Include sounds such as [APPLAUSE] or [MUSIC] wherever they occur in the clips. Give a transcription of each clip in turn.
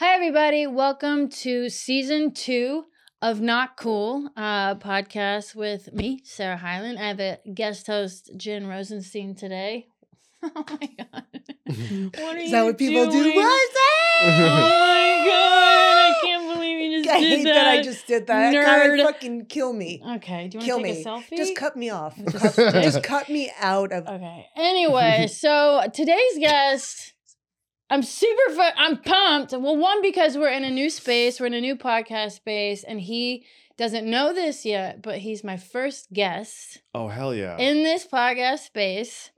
everybody. Welcome to season two of Not Cool uh, podcast with me, Sarah Hyland. I have a guest host, Jen Rosenstein, today. [LAUGHS] Oh my [LAUGHS] god! What are Is that you what people do? doing? What [LAUGHS] is Oh that? my god! I can't believe [LAUGHS] you just I did hate that. that. I just did that. God, Nerd. fucking kill me. okay, do you Kill want to take me. a selfie? Just cut [LAUGHS] me off. Just- [LAUGHS] Cut- Just cut me out of. Okay. Anyway, so today's guest, I'm super, fu- I'm pumped. Well, one because we're in a new space, we're in a new podcast space, and he doesn't know this yet, but he's my first guest [LAUGHS] Oh hell yeah! in this podcast space.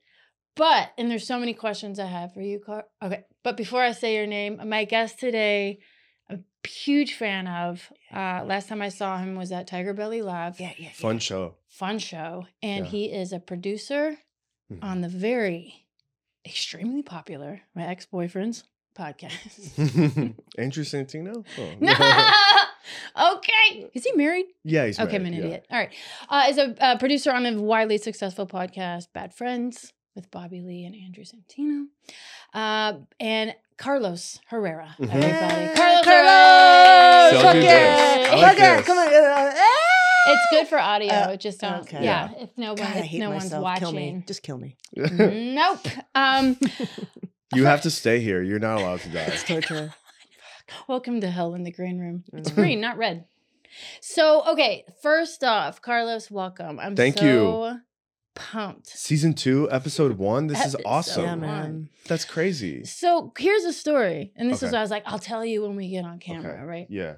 But and there's so many questions I have for you, Car. Okay, but before I say your name, my guest today, I'm a huge fan of. Uh, last time I saw him was at Tiger Belly Live. Yeah, yeah. Fun show. Fun show, and Yeah. he is a producer on the very extremely popular my ex-boyfriend's podcast. [LAUGHS] [LAUGHS] [LAUGHS] Andrew Santino. Oh. no. okay. Is he married? [LAUGHS] yeah, he's okay, I'm an married, yeah. idiot. All right. Uh, is a uh, producer on a widely successful podcast, Bad Friends, with Bobby Lee and Andrew Santino, uh, and Carlos Herrera. Mhm. Everybody, Hey, Carlos. Mm-hmm. Herrera! Carlos! Don't Fuck do yeah! this. I like Fuck yeah! this. Come on! uh, eh! It's good for audio. Uh, It just don't. okay. Yeah. If no one, God, I if hate no myself. one's Kill watching. me. Just kill me. [LAUGHS] nope. Um, you have to stay here. You're not allowed to die. [LAUGHS] It's torture. [LAUGHS] Welcome to hell in the green room. It's Mm-hmm. Mhm. green, not red. So, okay, first off, Carlos, welcome. I'm Thank so you. pumped. Season two, episode one. This is Episode awesome. yeah, one. man. That's crazy. So, here's a story, and this is Okay. what I was like, I'll tell you when we get on camera, Okay. right? Yeah.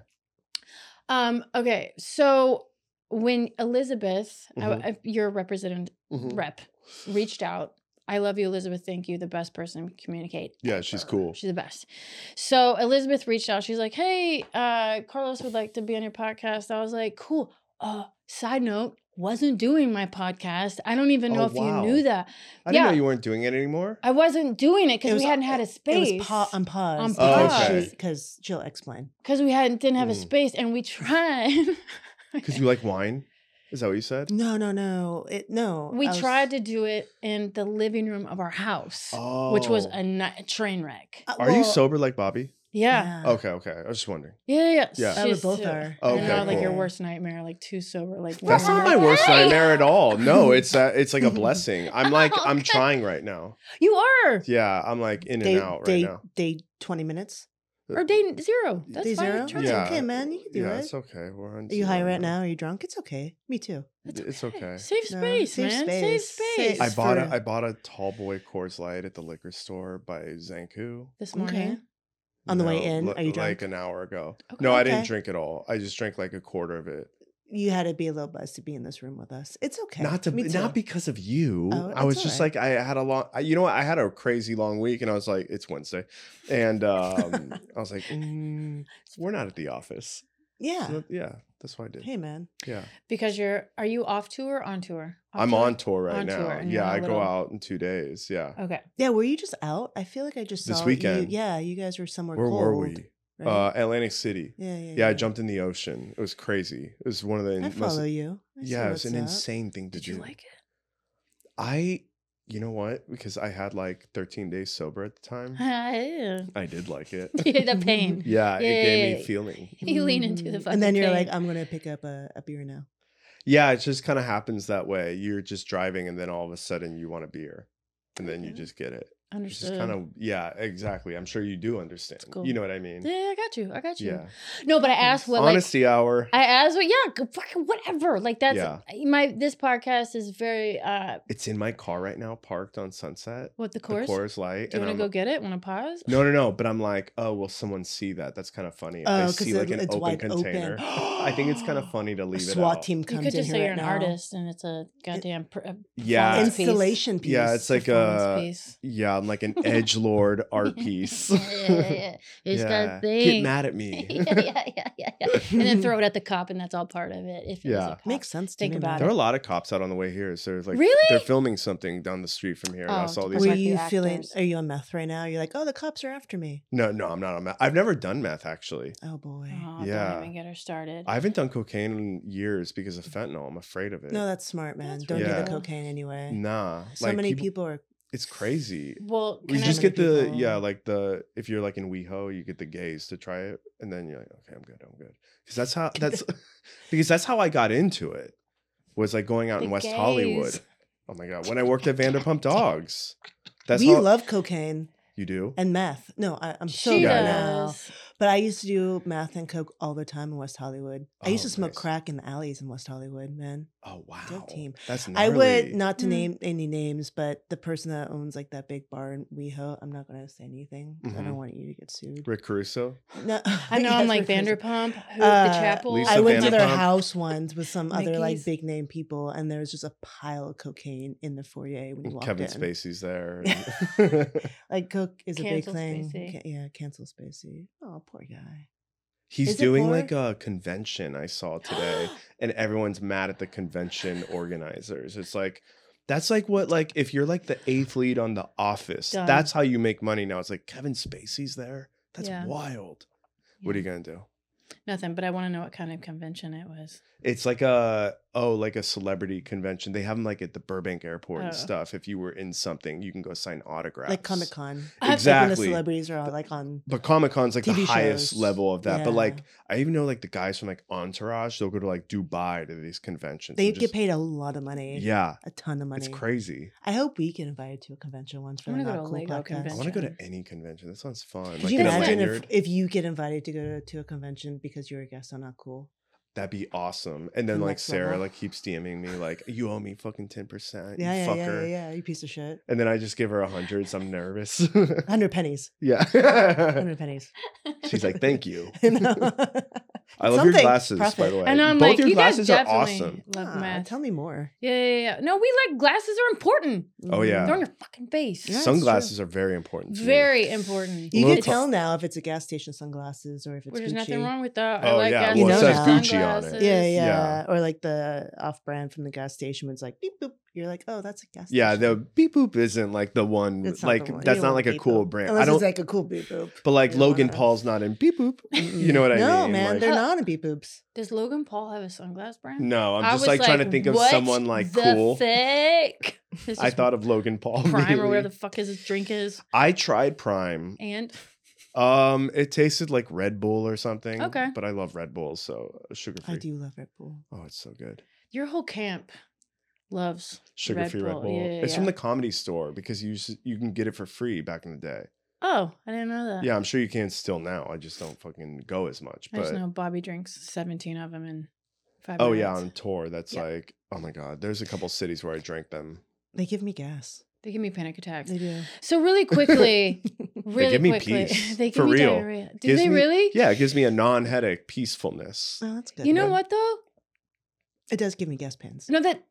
Um, okay, so when Elizabeth, I- Mhm. I- your representative Mhm. rep, reached out, I love you, Elizabeth. Thank you, the best person to communicate. Yeah, she's her. cool. She's the best. So Elizabeth reached out. She's like, "Hey, uh, Carlos would like to be on your podcast." I was like, "Cool." Uh, side note, wasn't doing my podcast. I don't even know Oh, if wow. you knew that. I didn't yeah. know you weren't doing it anymore. I [LAUGHS] wasn't doing it It because was- we hadn't had a space. It was pa- um, on pause. On pause. Because, Oh, Okay. she, because she'll explain. because we hadn't didn't have a Mm. space, and we [LAUGHS] tried. Because you like wine. Is that what you said? No, no, no. It no. [LAUGHS] we I was- tried to do it in the living room of our house, Oh. which was a ni- train wreck. Uh, Are you Oh, well, sober like Bobby? Yeah. Okay. Okay. I was just wondering. Yeah, yeah, Yeah. Oh, we both are. Oh, Okay, you know, like your cool. worst nightmare, like too sober, like That's one not night. my worst [LAUGHS] Hey! nightmare at all. No, [LAUGHS] it's uh, it's like a blessing. I'm like I'm Okay. trying right now. You are. Yeah, I'm like in Day, and out right day, now. day twenty minutes. uh, Or day zero. That's day fine. zero. Try It's it. Yeah. okay, man. You can do yeah, it. it's okay. We're on Are you zero high right now? Are you drunk? It's okay. Me too. That's It's okay. Save No, space, save man. Save space. space. I It's bought a for- I bought a tall boy Coors Light at the liquor store by Zanku. this Okay. morning. On the way No, in, li- are you Like drunk? an hour ago. Okay. No, I didn't Okay. drink at all. I just drank like a quarter of it. You had to be a little buzzed to be in this room with us. It's okay. Not to Me too. not because of you. Oh, I was it's just alright. like I had a long. I, you know what? I had a crazy long week, and I was like, it's Wednesday, and [LAUGHS] um, I was like, mm, we're not at the office. Yeah. So, yeah, that's what I did. Hey, man. Yeah, Because you're are you off tour or on tour? Off I'm tour? on tour right On now. tour, and you're yeah, on a I little- go out in two days. Yeah, Okay. Yeah. Were you just out? I feel like I just This saw weekend. You. Yeah. You guys were somewhere. where cold, were we? right? Uh, Atlantic City. yeah, yeah. Yeah, I jumped in the ocean. It was crazy. It was one of the I most. follow you. I see yeah, it was what's an up. [LAUGHS] insane [LAUGHS] thing to Did do. you like it? [LAUGHS] I, you know what? Because I had like 13 days sober at [LAUGHS] the time. Yeah. I did [LAUGHS] like it. the pain. Yeah, Yeah, it gave yeah, me feeling. You lean into the Mm. fucking And then you're pain. like, I'm gonna pick up a, a beer now. Yeah, it just kind of happens that way. You're just driving, and then all of a sudden you want a beer, and then you Okay. just get it. It's understood. just kind of yeah, exactly. I'm sure you do understand. cool. You know what I mean? Yeah, I got you. I got you. Yeah. No, but I asked what like Honesty hour. I asked what yeah, g- fucking whatever. Like that's uh, Yeah. my this podcast is very uh it's in my car right now, parked on Sunset. what the The course? Coors Light. Do you and want I'm to go get it? Want to pause? No, no, no. But I'm like, oh, will someone see that? That's kind of funny. If Oh, they 'cause see like it- an it's open wide open. container. [GASPS] I think it's kind of funny to A leave it SWAT out. team You comes could in just say here you're right an now. artist and it's a goddamn pr- uh, a Yeah, performance piece. Installation piece. Yeah, it's like Performance a- piece. yeah, I'm like an edge lord art [LAUGHS] piece. yeah, yeah, [LAUGHS] yeah. It's Yeah. that thing. [LAUGHS] Get mad at me. yeah, yeah, yeah, yeah, yeah. And then throw it at the cop, and that's all part of it. If it was a Yeah. cop. makes sense. To Think me, about [LAUGHS] man. There are a lot of cops out on the way here. So it's like Really? they're filming something down the street from here. and I Oh, saw all These these. Were might be you feeling? actors. Are you on meth right now? You're like, oh, the cops are after me. No, no, I'm not on meth. I've never done meth actually. Oh boy. Oh, Yeah. Don't even get her started. I haven't done cocaine in years because of fentanyl. I'm afraid of it. No, that's smart, man. That's Don't do Yeah. the cocaine anyway. nah. So many people, are It's crazy. Well, You can I- just Many get the people- yeah, like the if you're like in WeHo, you get the gays to try it, and then you're like, okay, I'm good, I'm good, because that's [LAUGHS] how that's [LAUGHS] because that's how I got into it was like going out The in West gays. Hollywood. Oh my god, when I worked at Vanderpump Dogs, that's we how love cocaine you do. and meth. No, I, I'm so she good Yeah. now. does. But I used to do meth and coke all the time in West Hollywood. I used Oh, to smoke nice. crack in the alleys in West Hollywood, man. oh wow, Dope team. that's I would gnarly. not to Mm. name any names, but the person that owns like that big bar in WeHo, I'm not going to say anything. 'cause I Mhm. don't want you to get sued. Rick Caruso. No, Mm-hmm. [LAUGHS] I know yes, I'm like we're crazy. Vanderpump, who, Uh, the chapel. Lisa I went to their Vanderpump. house once with some other like Mickey's. big name people, and there was just a pile of cocaine in the foyer [LAUGHS] when you walked Mm, Kevin in. Spacey's there. [LAUGHS] and- [LAUGHS] Like coke is a big Cancel thing. Spacey. Ca- yeah, cancel Spacey. Oh, poor guy. He's Is it doing more? like a convention I [GASPS] saw today, and everyone's mad at the convention organizers. It's like that's like what like if you're like the eighth lead on The Office, Done. that's how you make money now. It's like Kevin Spacey's there. That's Yeah. wild. What are you gonna do? Nothing, but I want to know what kind of convention it was. It's like a oh like a celebrity convention. They have them like at the Burbank Airport and Oh. stuff. If you were in something, you can go sign autographs. Like [LAUGHS] Comic Con. Like when the Exactly. celebrities are all like on. but Comic Con's like the TV highest shows. level of that. But Yeah. like I even know like the guys from like Entourage, they'll go to like Dubai to these conventions. They and get just- paid a lot of money. Yeah, A ton of money. it's crazy. I hope we get invited to a convention once for I'm the gonna Not go to a Cool Lego podcast. I want to go to Convention. any convention. That sounds fun. Could Like Could you you in a know what? imagine if, lanyard. if you get invited to go to, to a convention because you're a guest on Not Cool? That'd be awesome. And then The like next Sarah level. like keeps DMing me like, "You owe me fucking ten percent, Yeah, yeah, fucker." yeah, yeah, yeah. You piece of shit. And then I just give her a hundred. So I'm nervous. [LAUGHS] 100 pennies. yeah. 100 pennies. [LAUGHS] [LAUGHS] She's like, "Thank you. You know? I love your Something. glasses, by Profit. the way. And I'm Both like, your you guys glasses are definitely awesome. love Ah, math. tell me more. Yeah, yeah, yeah. No, we like glasses are important. Oh, Mhm. yeah. They're on your fucking face. Yeah, it's true. Sunglasses are very important. to me. Very important. You Little can co- tell now if it's a gas station sunglasses or if it's Well, there's Gucci. nothing wrong with that. I Oh, like yeah, gas well, it station says Gucci on it. sunglasses. Yeah, yeah, Yeah. Or like the off brand from the gas station when it's like beep boop. You're like, oh, that's a gas [LAUGHS] station. Yeah, the beep boop isn't like the one. [LAUGHS] That's not the like one. You that's don't not want like a beep cool boop. brand. Unless I don't. it's like a cool beep boop. but like you don't Logan wanna- Paul's not in beep boop. [LAUGHS] you know what I [LAUGHS] no, mean? man, Like- they're not a beep boops. Does Logan Paul have a sunglass brand? No, I'm I just was like, trying to think of "What someone like the cool. [LAUGHS] Thick? I thought of Logan [LAUGHS] Paul. [LAUGHS] Prime or immediately. where the fuck is his drink is. I tried Prime. And Um, it tasted like Red Bull or something. Okay. but I love Red Bulls, so sugar I free. do love Red Bull. Oh, it's so good. your whole camp loves. Sugar free Red Bull, Bull. yeah, yeah, it's from yeah. the comedy store because you s- you can get it for free back in the day. Oh, I didn't know that. Yeah, I'm sure you can still now. I just don't fucking go as much. I just But know Bobby drinks 17 of them in five oh yeah, minutes. on tour, that's Yeah. like oh my god. There's a couple cities where I drank them. They give me gas. They give me panic attacks. They do. So [LAUGHS] really quickly, really give me quickly, [LAUGHS] peace, they give for me real. diarrhea. Do Gives they Uh, me- really? Yeah, it gives me a non-headache peacefulness. Oh, that's good. You know man. what though? It does give me gas pins. No, that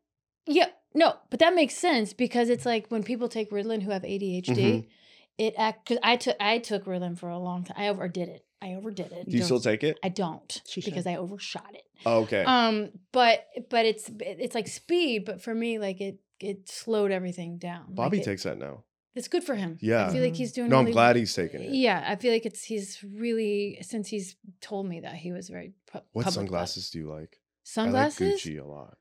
yeah, no, but that makes sense because it's like when people take Ritalin who have ADHD, Mhm. it act. Cause I took I took Ritalin for a long time. I overdid it. I overdid it. Do you still [LAUGHS] take it? I don't She should. because I overshot it. Oh, okay. Um, but but it's it's like speed, but for me, like it it slowed everything down. Like, Bobby it- takes that now. It's good for him. I Yeah. feel like Mhm. he's doing. No, I'm really- glad he's taking it. Yeah, I feel like it's he's really since he's told me that he was very. Pu- What public about- sunglasses do you like? I like Sunglasses. Gucci a lot.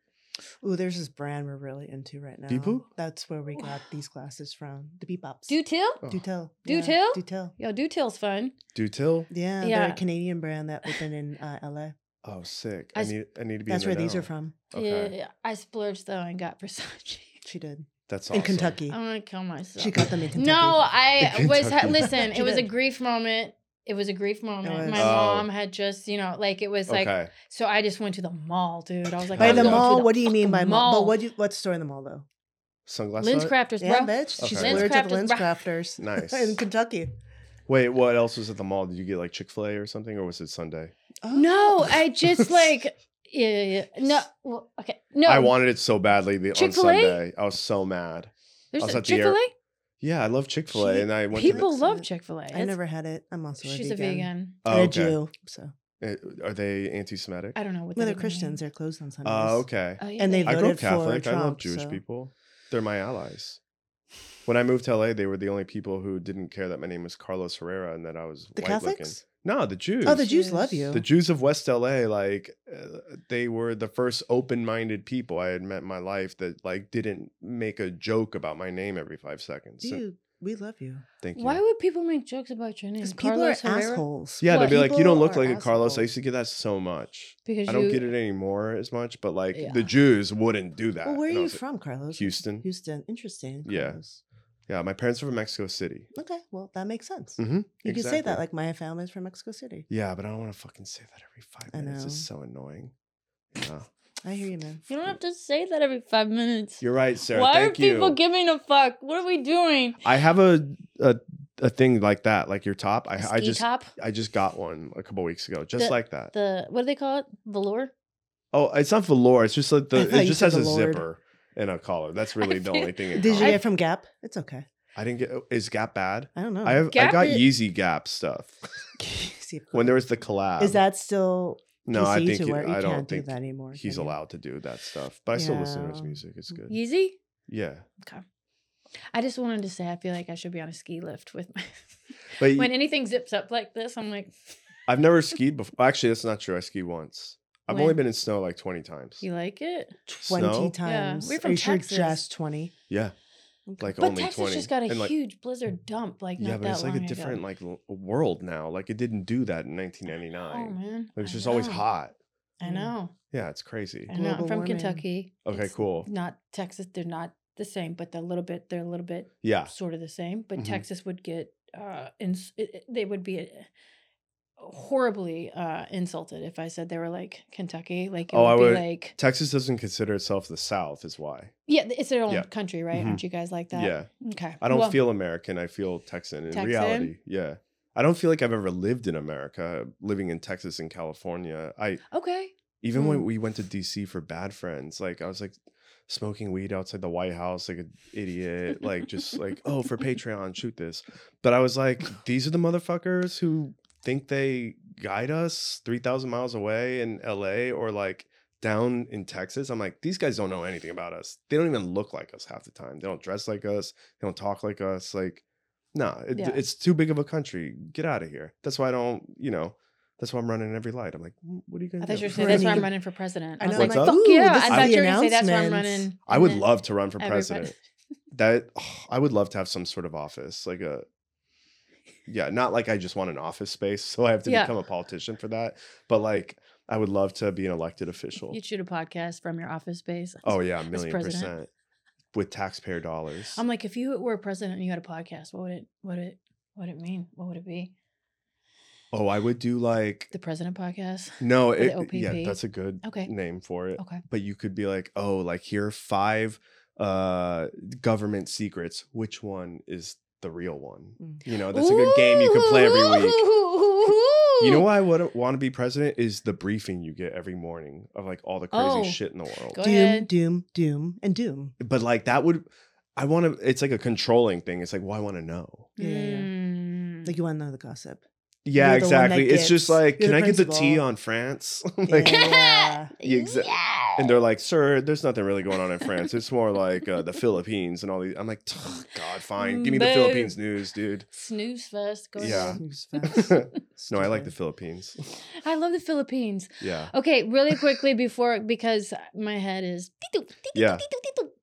Ooh, there's this brand we're really into right now. Beep boop? That's where we got these glasses from. The beep bops. do till. Oh, do tell. Do yeah, tell? Do tell. Yo, do till's fun. do till? Yeah, they're Yeah. a Canadian brand that opened in uh, LA. Oh, sick. I I s- need. I need to be. That's in there where these are now. from. Okay, Yeah, I splurged though and got [LAUGHS] Versace. She did. that's awesome. In Kentucky. I'm gonna kill myself. She got [LAUGHS] them in [LAUGHS] Kentucky. No, I In was ha- Kentucky. listen. She It was a did. grief moment. It was a grief was. moment. My Oh. mom had just, you know, like it was like okay. So I just went to the mall, dude. I was like, By I'm the going to mall, the what do you mean by fucking mall? But what do you, what's store in the mall though? Sunglasses. Lens on it? Crafters, Yeah, bro. bitch. She Okay. splurged at Lenscrafters, the lens bro. [LAUGHS] crafters. Nice. in Kentucky. Wait, what else was at the mall? Did you get like Chick Fil A or something, or was it Sunday? Oh. No, I [LAUGHS] just like, yeah, yeah, yeah. no, well, okay, no. I wanted it so badly the, on Chick-fil-A? Sunday. I was so mad. I There's was a at the Chick air- Fil Yeah, I love Chick Fil A, She- and I A. went. People That's love it. Chick Fil A. I never had it. I'm also a She's a vegan. vegan. To the, And oh, a okay. Jew. So Uh, Are they anti-Semitic? I don't know what well, they're vegan Christians. means. They're closed on Sundays. Oh, okay. Oh, yeah, And they they I are. vote- grew up voted for Catholic. I love Trump, Jewish so- people. They're my allies. When I moved to LA, they were the only people who didn't care that my name was Carlos Herrera and that I was The white looking. Catholics? No, the Jews. Oh, the Jews love you. The Jews of West LA, like uh, they were the first open-minded people I had met in my life that like didn't make a joke about my name every five seconds. So- Dude, we love you. thank you. Why would people make jokes about your name? Because people Carlos are Herrera? assholes. yeah, What? they'd be like, "You don't People look are like a Carlos." I assholes. used to get that so much. Because I don't you, get it anymore as much, but like Yeah. the Jews wouldn't do that. Well, where are And I you was like, from, Carlos? Houston. Houston. Interesting. Yeah. Carlos. Yeah, my parents are from Mexico City. Okay. Well, that makes sense. Mhm, You could exactly. say that, like my family's from Mexico City. Yeah, but I don't want to fucking say that every five I minutes. It's know. so annoying. Yeah. I hear you, man. You don't have to say that every five minutes. You're [LAUGHS] right, Sarah. Why Thank are people you. giving a fuck? What are we doing? I have a, a a thing like that, like your top. I I Ski just top? I just got one a couple weeks ago, just The- like that. The what do they call it? Velour? oh, it's not velour. It's just like I the. thought It you just said has a velour. zipper and a collar. [LAUGHS] That's really the feel- only thing. In Did you common. get it from Gap? It's okay. I didn't get. oh, Is Gap bad? I don't know. I have. I Gap got is- Yeezy Gap stuff [LAUGHS] [LAUGHS] See if- when there was the collab. is that still no? I PC think to it- where you I don't can't do think that anymore, he's can you? allowed to do that stuff. But I still listen to his Yeah. music. It's good. Yeezy? Yeah, I just wanted to say I feel like I should be on a ski lift with my but y- when anything zips up like this, I'm like I've never skied before. Actually, that's not true. I skied once. I've only When? been in snow like twenty times. You like it? twenty Snow? times? we're Are from you sure Texas. just twenty? Yeah, Okay. like But only Texas twenty. just got a And, like, huge blizzard dump like not yeah, but that it's like a long different ago. like l- world now. Like it didn't do that in oh 1999. man. like it's I just always know. hot. I know. Yeah, it's crazy. I know. I'm Global from warming. Kentucky. Okay, It's cool. Not Texas. They're not the same, but they're a little bit. They're a little bit Yeah, sort of the same. But Mhm. Texas would get uh, ins- it, it- they would be uh, horribly uh, insulted if I said they were like Kentucky. Like it Oh, would I be would- like Texas doesn't consider itself the South. Is why. yeah, it's their own Yeah. Mm-hmm. country, right? Aren't you guys like that? Yeah, Okay. I don't Well, feel American. I feel Texan in Texan? reality. Yeah, I don't feel like I've ever lived in America. Living in Texas and California, I okay. Even Mm. Hmm. when we went to DC for Bad Friends, like I was like smoking weed outside the White House like an idiot, like just like, oh, for Patreon, shoot this. But I was [LAUGHS] like, these are the motherfuckers who think they guide us 3,000 miles away in LA or like down in Texas. I'm like, these guys don't know anything about us. They don't even look like us half the time. They don't dress like us, they don't talk like us. Like, nah, it, Yeah. it's too big of a country. Get out of here. That's why I don't, you know. That's why I'm running every light. I'm like, what are you gonna I thought do? [LAUGHS] you were saying that's why I'm Running. running for president. I I was know, like, what's fuck up? Ooh, yeah! this I is thought the you were gonna say that's why I'm announcements. running. I would And love to run for everybody- [LAUGHS] president. That oh, I would love to have some sort of office, like a yeah, not like I just want an office space, [LAUGHS] so I have to Yeah. become a politician for that. But like, I would love to be an elected official. You'd shoot a podcast from your office space. Oh yeah, a million president. percent with taxpayer dollars. [LAUGHS] I'm like, if you were president and you had a podcast, what would it what it what would it mean? What would it be? oh, I would do like The president podcast? no, the it, yeah, OPP. that's a good Okay. Oh. name for it. Okay. But you could be like, oh, like here are five uh government secrets. Which one is the real one? Mm. You know, that's a good game you could play every week. You [LAUGHS] know Ooh. why I would want to be president is the briefing you get every morning of like all the crazy Oh. shit in the world. Go doom, ahead. doom, doom, and doom. But like that would, I want to. It's like a controlling thing. It's like, well, I want to know. Yeah, yeah, yeah. Mm. Like you want to know the gossip? Yeah, You're the one that exactly. It's just gets- like, you're can the I get the tea principal. on France? [LAUGHS] [LAUGHS] like, yeah. you exa- and Oh. they're like, sir, there's nothing really going [LAUGHS] on in France. It's more like uh, the Philippines and all these. I'm like, "Ugh, God, fine, give me the Boo. Philippines news, [LAUGHS] dude. [LAUGHS] Snooze fest. [LAUGHS] Go Yeah. ahead. Who's fast? [LAUGHS] no, I like the Stupid. Philippines. [LAUGHS] I love the Philippines. Yeah, Okay, really quickly before because my head is yeah.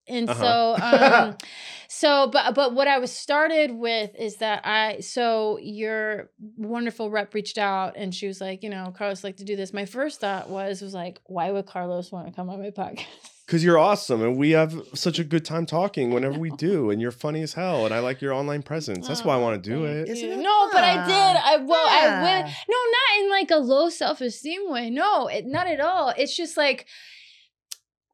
and so Uh-huh. um [LAUGHS] so but but what i was started with is that i so your wonderful rep reached out and she was like you know carlos like to do this my first thought was was like why would carlos want to come on my podcast Because you're awesome and we have such a good time talking whenever [LAUGHS] we do. And you're funny as hell. And I like your online presence. That's why I Oh, want to do thank it. Isn't you. it? no but i did Yeah. i well i went Yeah. no not in like a low self-esteem way no it, not at all it's just like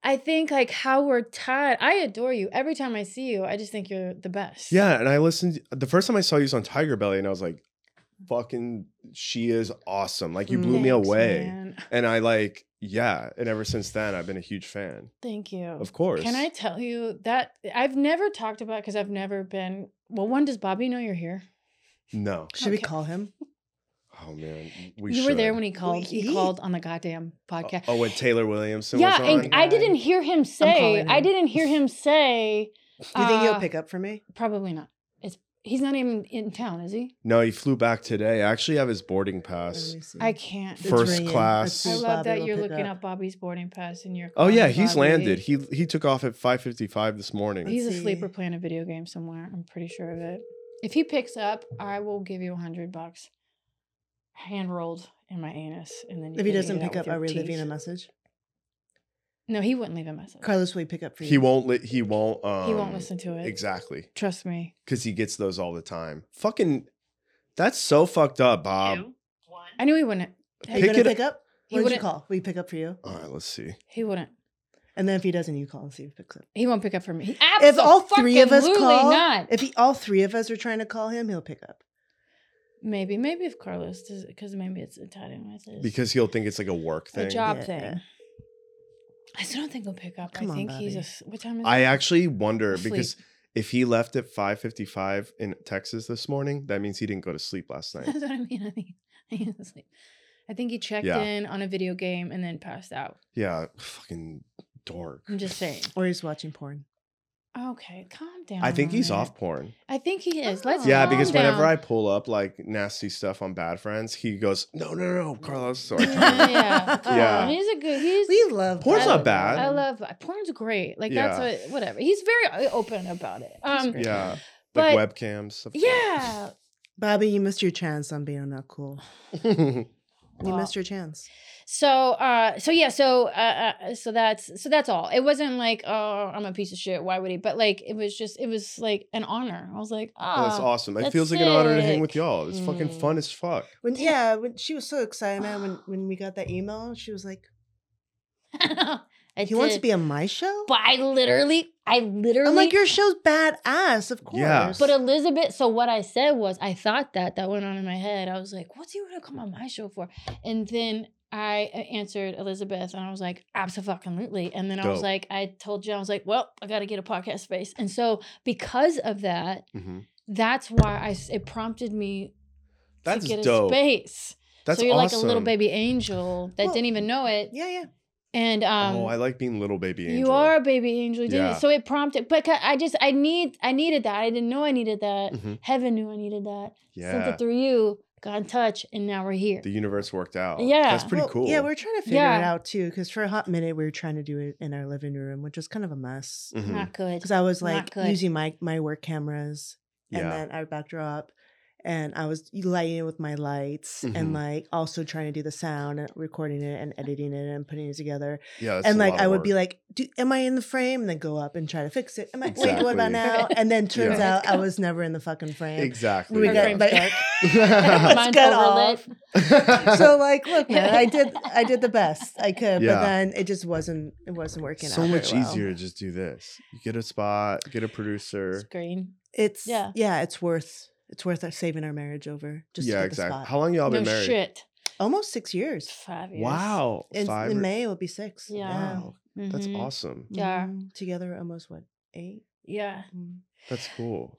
I think like Howard Todd. I adore you. Every time I see you, I just think you're the best. Yeah. And I listened the first time I saw you was on Tiger Belly and I was like, fucking, she is awesome. Like, you blew me Thanks, away. man. And I like, yeah. And ever since then, I've been a huge fan. Thank you. Of course. Oh, Can I tell you that I've never talked about because I've never been. Well, one, does Bobby know you're here? No. Should we Okay. call him? Oh, man. We you should. were there when he called. He, he- called on the goddamn Oh, podcast. oh, when Taylor Williamson yeah, was on? and I didn't hear him say. calling I him. didn't hear him say You think Uh, he'll pick up for me? Probably not. It's he's not even in town, is he? No, he flew back today. I actually have his boarding Let pass. me see. I can't. It's First ringing. class. Let's see I if love Mm. Bobby that will you're pick looking up. up. Bobby's boarding pass in your. Oh yeah, calling he's Bobby. landed. He he took off at 5:55 this morning. He's Let's asleep or see. playing a video game somewhere. I'm pretty sure of it. If he picks up, I will give you a hundred bucks, hand rolled in my anus, and then you If he can eat doesn't it out pick with up, your are we teeth. leaving a message? No, he wouldn't leave a message. Carlos, will he pick up for you? He won't li- he won't um he won't listen to it. Exactly. Trust me. Cuz he gets those all the time. Fucking That's so fucked up, Bob. I knew he wouldn't. Are you Pick going it to up- pick up? He What did you wouldn't. call? Will you pick up for you? All right, let's see. He wouldn't. And then if he doesn't, you call and see if he picks up. He won't pick up for me. He If all three of us absolutely call, not. if he, all three of us are trying to call him, he'll pick up. Maybe, maybe if Carlos does, because maybe it's tied in with his Because he'll think it's like a work a thing. job Yeah. thing. I still don't think he'll pick up. Come I on, think he's a. Bobby. s- What time is I it? actually wonder Asleep. because if he left at 5:55 in Texas this morning, that means he didn't go to sleep last [LAUGHS] [LAUGHS] night. That's what I mean. I think he's asleep. I think he checked Yeah. in on a video game and then passed out. yeah, fucking dork. I'm just saying. Or he's watching porn. Okay, calm down. I think a he's minute. off porn. I think he is. Let's Yeah, calm because whenever down. I pull up like nasty stuff on Bad Friends, he goes, "No, no, no, Carlos." So [LAUGHS] I turn [LAUGHS] it yeah, off. yeah. Oh, [LAUGHS] Yeah. he's a good. He's We love Porn's I not love- bad. I love porn's great. Like that's Yeah. what whatever. He's very uh, open about it. Um great. yeah, But- like webcams. Stuff like that. yeah. Bobby, you missed your chance on being not cool. You Well, missed your chance. So uh so yeah, so uh, uh so that's so that's all. It wasn't like oh I'm a piece of shit, why would he? But like it was just it was like an honor. I was like, Oh, oh [LAUGHS] that's awesome. It that's feels like an honor to hang sick. with y'all. It's fucking Mm. fun as fuck. When yeah, when she was so excited, man. When when we got that email, she was like, [LAUGHS] I "He wants to did. be on my show." But I literally I literally I'm like, "Your show's badass, of course." Yeah. But Elizabeth, so what I said was, I thought that that went on in my head. I was like, what's he gonna come on my show for? And then I a- answered Elizabeth and I was like, absolutely. And then I was Dope. like, I told you, I was like, well, I gotta get a podcast space. And so because of that, hmm that's why I s- it prompted me That's to get dope. a space. That's so you're awesome. like a little baby angel that Well, didn't even know it. yeah, yeah. And um oh, I like being little baby angel. you are a baby angel, you didn't Yeah. it? So it prompted, but ca- I just I need I needed that. I didn't know I needed that. [LAUGHS] Mhm. Heaven knew I needed that. Sent Yeah. it through you, got in touch, and now we're here. The [LAUGHS] universe worked out. Yeah. That's pretty Well, cool. Yeah, we're trying to figure it Yeah. out too, because for a hot minute we were trying to do it in our living room, which was kind of a mess. Mhm. Not good. Because I was Not like good. using my my work cameras and Yeah. then our backdrop. And I was lighting it with my lights Mhm. and like also trying to do the sound and recording it and editing it and putting it together. Yeah. that's and a like lot of I would be work. like, do, "Am I in the frame?" And then go up and try to fix it. Am I? Wait, what Exactly. about now? And then turns Yeah. out I was never in the fucking frame. exactly. We Her got- frame's but- dark. [LAUGHS] Let's Mine's get overlit. [LAUGHS] So like, look, man, I did I did the best I could, Yeah. but then it just wasn't it wasn't working. so out very much well. easier to just do this. You get a spot, get a producer. Screen. It's Yeah. yeah, yeah, it's worth it's worth us saving our marriage over just to yeah, get exactly. the spot. How long y'all No been married? shit. Almost six It's years. five years. Wow. In, Five in or- May it will be six. Yeah. Wow. That's Mhm. awesome. Yeah. Mhm. Together almost what eight. Yeah. Mhm. That's cool.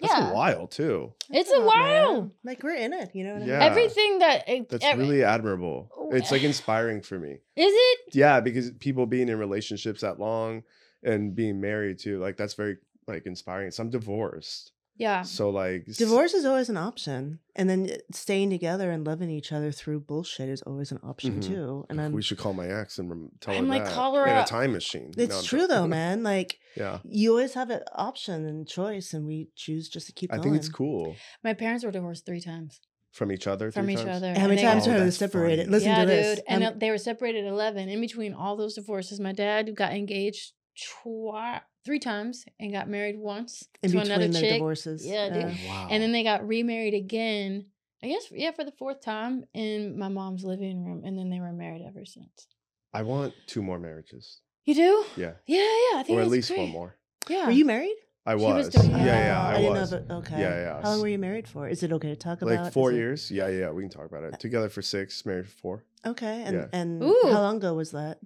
That's Yeah. a while too. It's a lot, while. man. Like we're in it, you know what I mean? Yeah. Everything that it, That's ev- really admirable. Oh, It's like inspiring for me. is it? Yeah, because people being in relationships that long and being married too, like that's very like inspiring. So I'm divorced. Yeah. So like s- Divorce is always an option, and then uh, staying together and loving each other through bullshit is always an option Mhm. too. And I'm, we should call my ex and rem- tell I'm her like, that call her in up. a time machine. [LAUGHS] No, it's I'm true joking. [LAUGHS] though, man. Like yeah. you always have an option and choice, and we choose just to keep. I going. think it's cool My parents were divorced three times from each other. from three each times? other. How many and they- times Oh, are they that's separated? funny. Listen yeah, to this. dude. And Um, uh, they were separated at 11. In between all those divorces, my dad got engaged twi- three times and got married once in to between another their chick. divorces. Yeah, dude. uh, Oh, Wow. And then they got remarried again, I guess, yeah, for the fourth time in my mom's living room. And then they were married ever since. I want two more marriages. You do? Yeah. Yeah, yeah. I think Or at that's least one great. more. Yeah. Were you married? I She was. was doing yeah, that. yeah, Oh, I, I didn't know was. if it- okay. Yeah, yeah. How long were you married for? Is it okay to talk about? like four Is it- years. Yeah, yeah. We can talk about Uh it. Together for six, married for four. Okay, and Yeah. and Ooh. how long ago was that?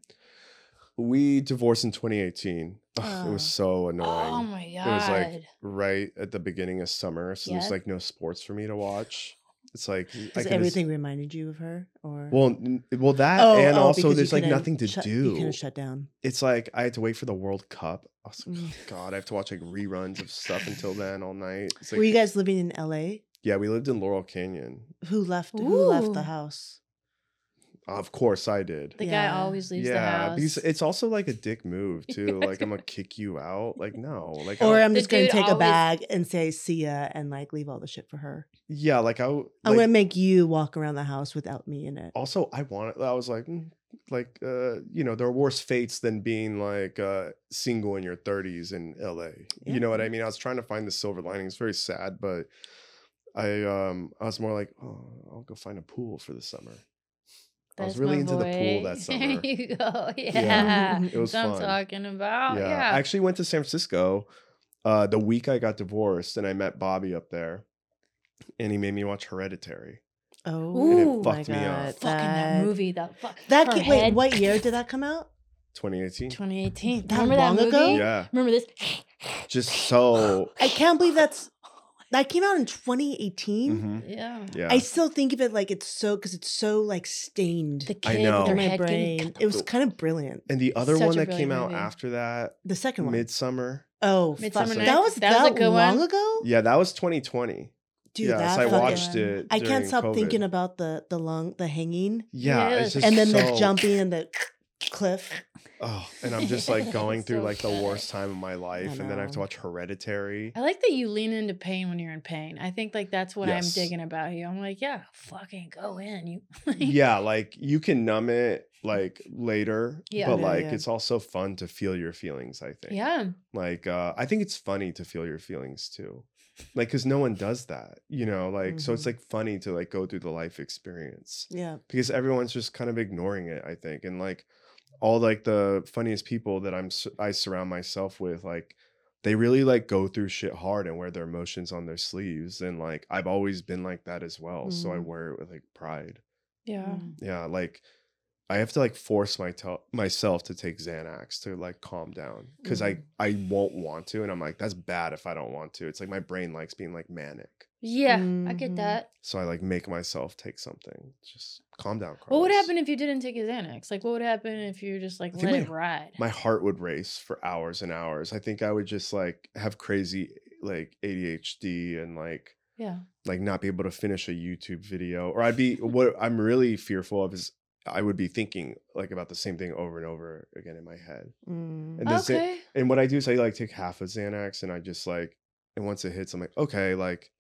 We divorced in 2018. Ugh, It was so Oh. annoying. Uh, Oh my God. was like- right at the beginning of summer, so there's Yeah. like no sports for me to watch. It's like I Because could've s- everything reminded you of her, or Well, n- well, that Oh, and oh, also because there's you like couldn't nothing to shut- You do. couldn't shut down. It's like I had to wait for the World Cup. I was like, Mm. oh, God, I have to watch like reruns of stuff [LAUGHS] until then all night. It's like, Were you guys living in L.A.? yeah, we lived in Laurel Canyon. Who left? Who left Ooh. the house? Of course, I did. The Yeah. guy always leaves yeah, the because house. it's also like a dick [LAUGHS] move too. like I'm gonna kick you out. Like no, like I Or um don't- I'm The just going dude to take a always- bag and say "see ya" and like leave all the shit for her. yeah, like I w- like- I'm Oh, going to make you walk around the house without me in it. also I wanted. I was like, mm, like uh, you know, there are worse fates than being like uh, single in your 30s in LA. Yeah. You know what I mean? I was trying to find the silver lining. It's very sad, but I um I was more like, oh, I'll go find a pool for the summer. I was That's really my into the pool [LAUGHS] that voice. summer. there you go. [LAUGHS] Yeah. Yeah. It was That's what I'm fun. talking about. Oh, Yeah. I actually went to San Francisco uh, the week I got divorced, and I met Bobby up there, and he made me watch Hereditary. oh, And it fucked me up. God, Fucking that movie, that fuck. That her ca- wait, head. what year did that come [LAUGHS] out? 2018. 2018. That Remember that long movie? ago? Yeah, Remember this? just so. I can't believe that's Oh that came out in 2018. [LAUGHS] Mhm. Yeah. Yeah, I still think of it like it's so because it's so like stained The kid I with know. her in my head getting brain. cut It was off. kind of brilliant. and the other Such one a that came brilliant out movie. after that, The second one. Midsummer. oh, fuck. Midsummer Night's- that was that was a that good long one. ago. Yeah, that was 2020. Dude, yeah, that so I fucking- watched it. I can't during stop COVID. thinking about the the long the hanging Yeah, Yes. it's just and then so- the jumping and the cliff. Oh, and I'm just [LAUGHS] like going through So like the good. worst time of my life, and then I have to know. watch [LAUGHS] Hereditary. I like that you lean into pain when you're in pain. I think like that's what Yes. I'm digging about you. I'm like, yeah, fucking go in. You [LAUGHS] yeah, like you can numb it like later, Yeah. but Yeah, like yeah. it's also fun to feel your feelings. I think. Yeah. Like uh, I think it's funny to feel your feelings too, like because no one does that, you know. Like so, it's Mhm. like funny to like go through the life experience Yeah, because everyone's just kind of ignoring it. I think and like all like the funniest people that I'm s- I surround myself with like. They really like go through shit hard and wear their emotions on their sleeves. And like, I've always been like that as well. So I Mhm. wear it with like pride Yeah. Mm. yeah like i have to like force my tel- myself to take xanax to like calm down because Mhm. i i won't want to and i'm like that's bad if i don't want to it's like my brain likes being like manic Yeah. I get Mhm. that. so i like make myself take something just calm down Carlos. What would happen if you didn't take his Xanax? Like what would happen if you just like I think let my- it [LAUGHS] ride? my heart would race for hours and hours i think i would just like have crazy like adhd and like yeah. like not be able to finish a YouTube video, or I'd be what I'm really fearful of is I would be thinking like about the same thing over and over again in my head. Mm. And the Xan- Okay. and what I do is I like take half a Xanax and I just like, and once it hits, I'm like, okay, like,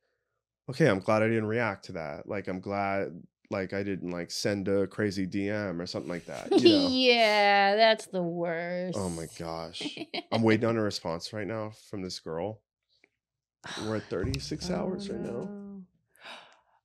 okay, I'm glad I didn't react to that. Like, I'm glad like I didn't like send a crazy DM or something like that. You know? [LAUGHS] yeah, that's the worst. oh my gosh, [LAUGHS] I'm waiting on a response right now from this girl. We're [SIGHS] at Oh, 36 hours right now.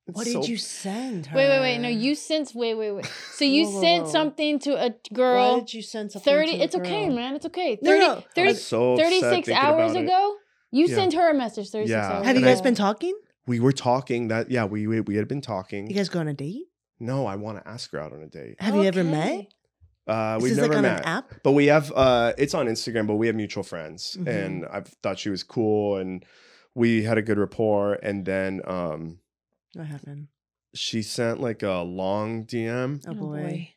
It's Oh, What so- did you send her? Wait, wait, wait. No, you sent wait, wait, wait. So you Whoa, whoa, sent whoa. something to a Why girl did you send something 30 to a it's okay, girl? man. It's okay. 30 No, no. I'm 30 so upset 36 thinking hours about it. ago? You Yeah. sent her a message 36 Yeah. hours Have you And I- guys been talking? we were talking that yeah we we, we had been talking You guys go on a date? no i want to ask her out on a date Have you ever met? Okay. uh Is we've this never like on met an app? but we have uh it's on instagram but we have mutual friends Mhm. and i thought she was cool and we had a good rapport and then um What happened? she sent like a long dm Oh, boy.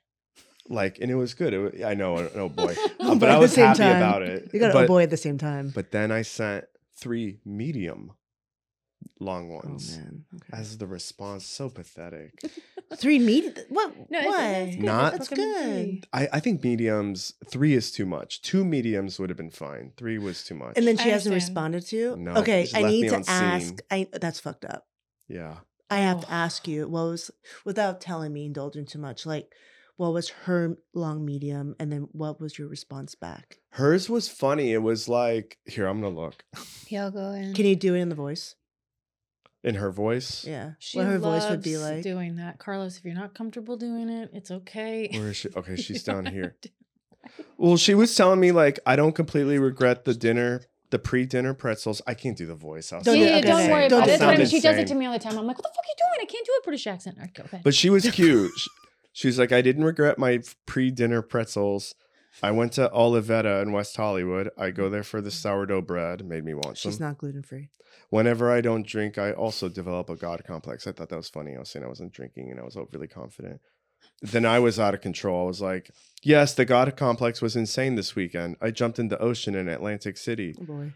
like and it was good it wa- i know oh [LAUGHS] boy Oh, but boy, i at was the same happy time. about it You got but, a boy at the same time. but then i sent three medium long oh ones man. Okay. as the response so pathetic Three meat. What? No, it's- why? it's good. Not- That's That's good. good. I, I think mediums three is too much. Two mediums would have been fine. Three was too much. And then I she hasn't understand. responded to you. No, okay, she I left me need to on scene. ask. I that's fucked up. yeah, I have Oh. to ask you what was without telling me indulging too much. Like, what was her long medium, and then what was your response back? hers was funny. It was like here I'm gonna look Y'all go in. Can you do it in the voice? in her voice. Yeah, She what her voice would be loves like. doing that, Carlos. If you're not comfortable doing it, it's okay. Where is [LAUGHS] [LAUGHS] she? Okay, she's You down don't here. have to- Well, she was telling me like I don't completely regret the dinner, the pre-dinner pretzels. I can't do the voice. I'll Don't yeah, do it. yeah, Okay, don't same. worry Don't about do it. it. That's what I mean. Sounded She does it to same. me all the time. I'm like, what the fuck you doing? I can't do a British accent. Okay, okay. [LAUGHS] But she was cute. She- She's like, I didn't regret my pre-dinner pretzels. I went to Olivetta in West Hollywood. I go there for the sourdough bread. Made me want some. She's not gluten free. Whenever I don't drink, I also develop a God complex. I thought that was funny. I was saying I wasn't drinking and I was overly confident. Then I was out of control. I was like, yes, the God complex was insane this weekend. I jumped in the ocean in Atlantic City. Oh boy.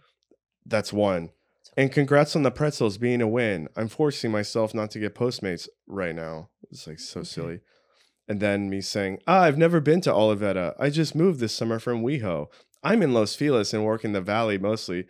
That's one. And congrats on the pretzels being a win. I'm forcing myself not to get Postmates right now. It's like so Okay. silly. And then me saying, ah, I've never been to Olivetta. I just moved this summer from WeHo. I'm in Los Feliz and work in the valley mostly.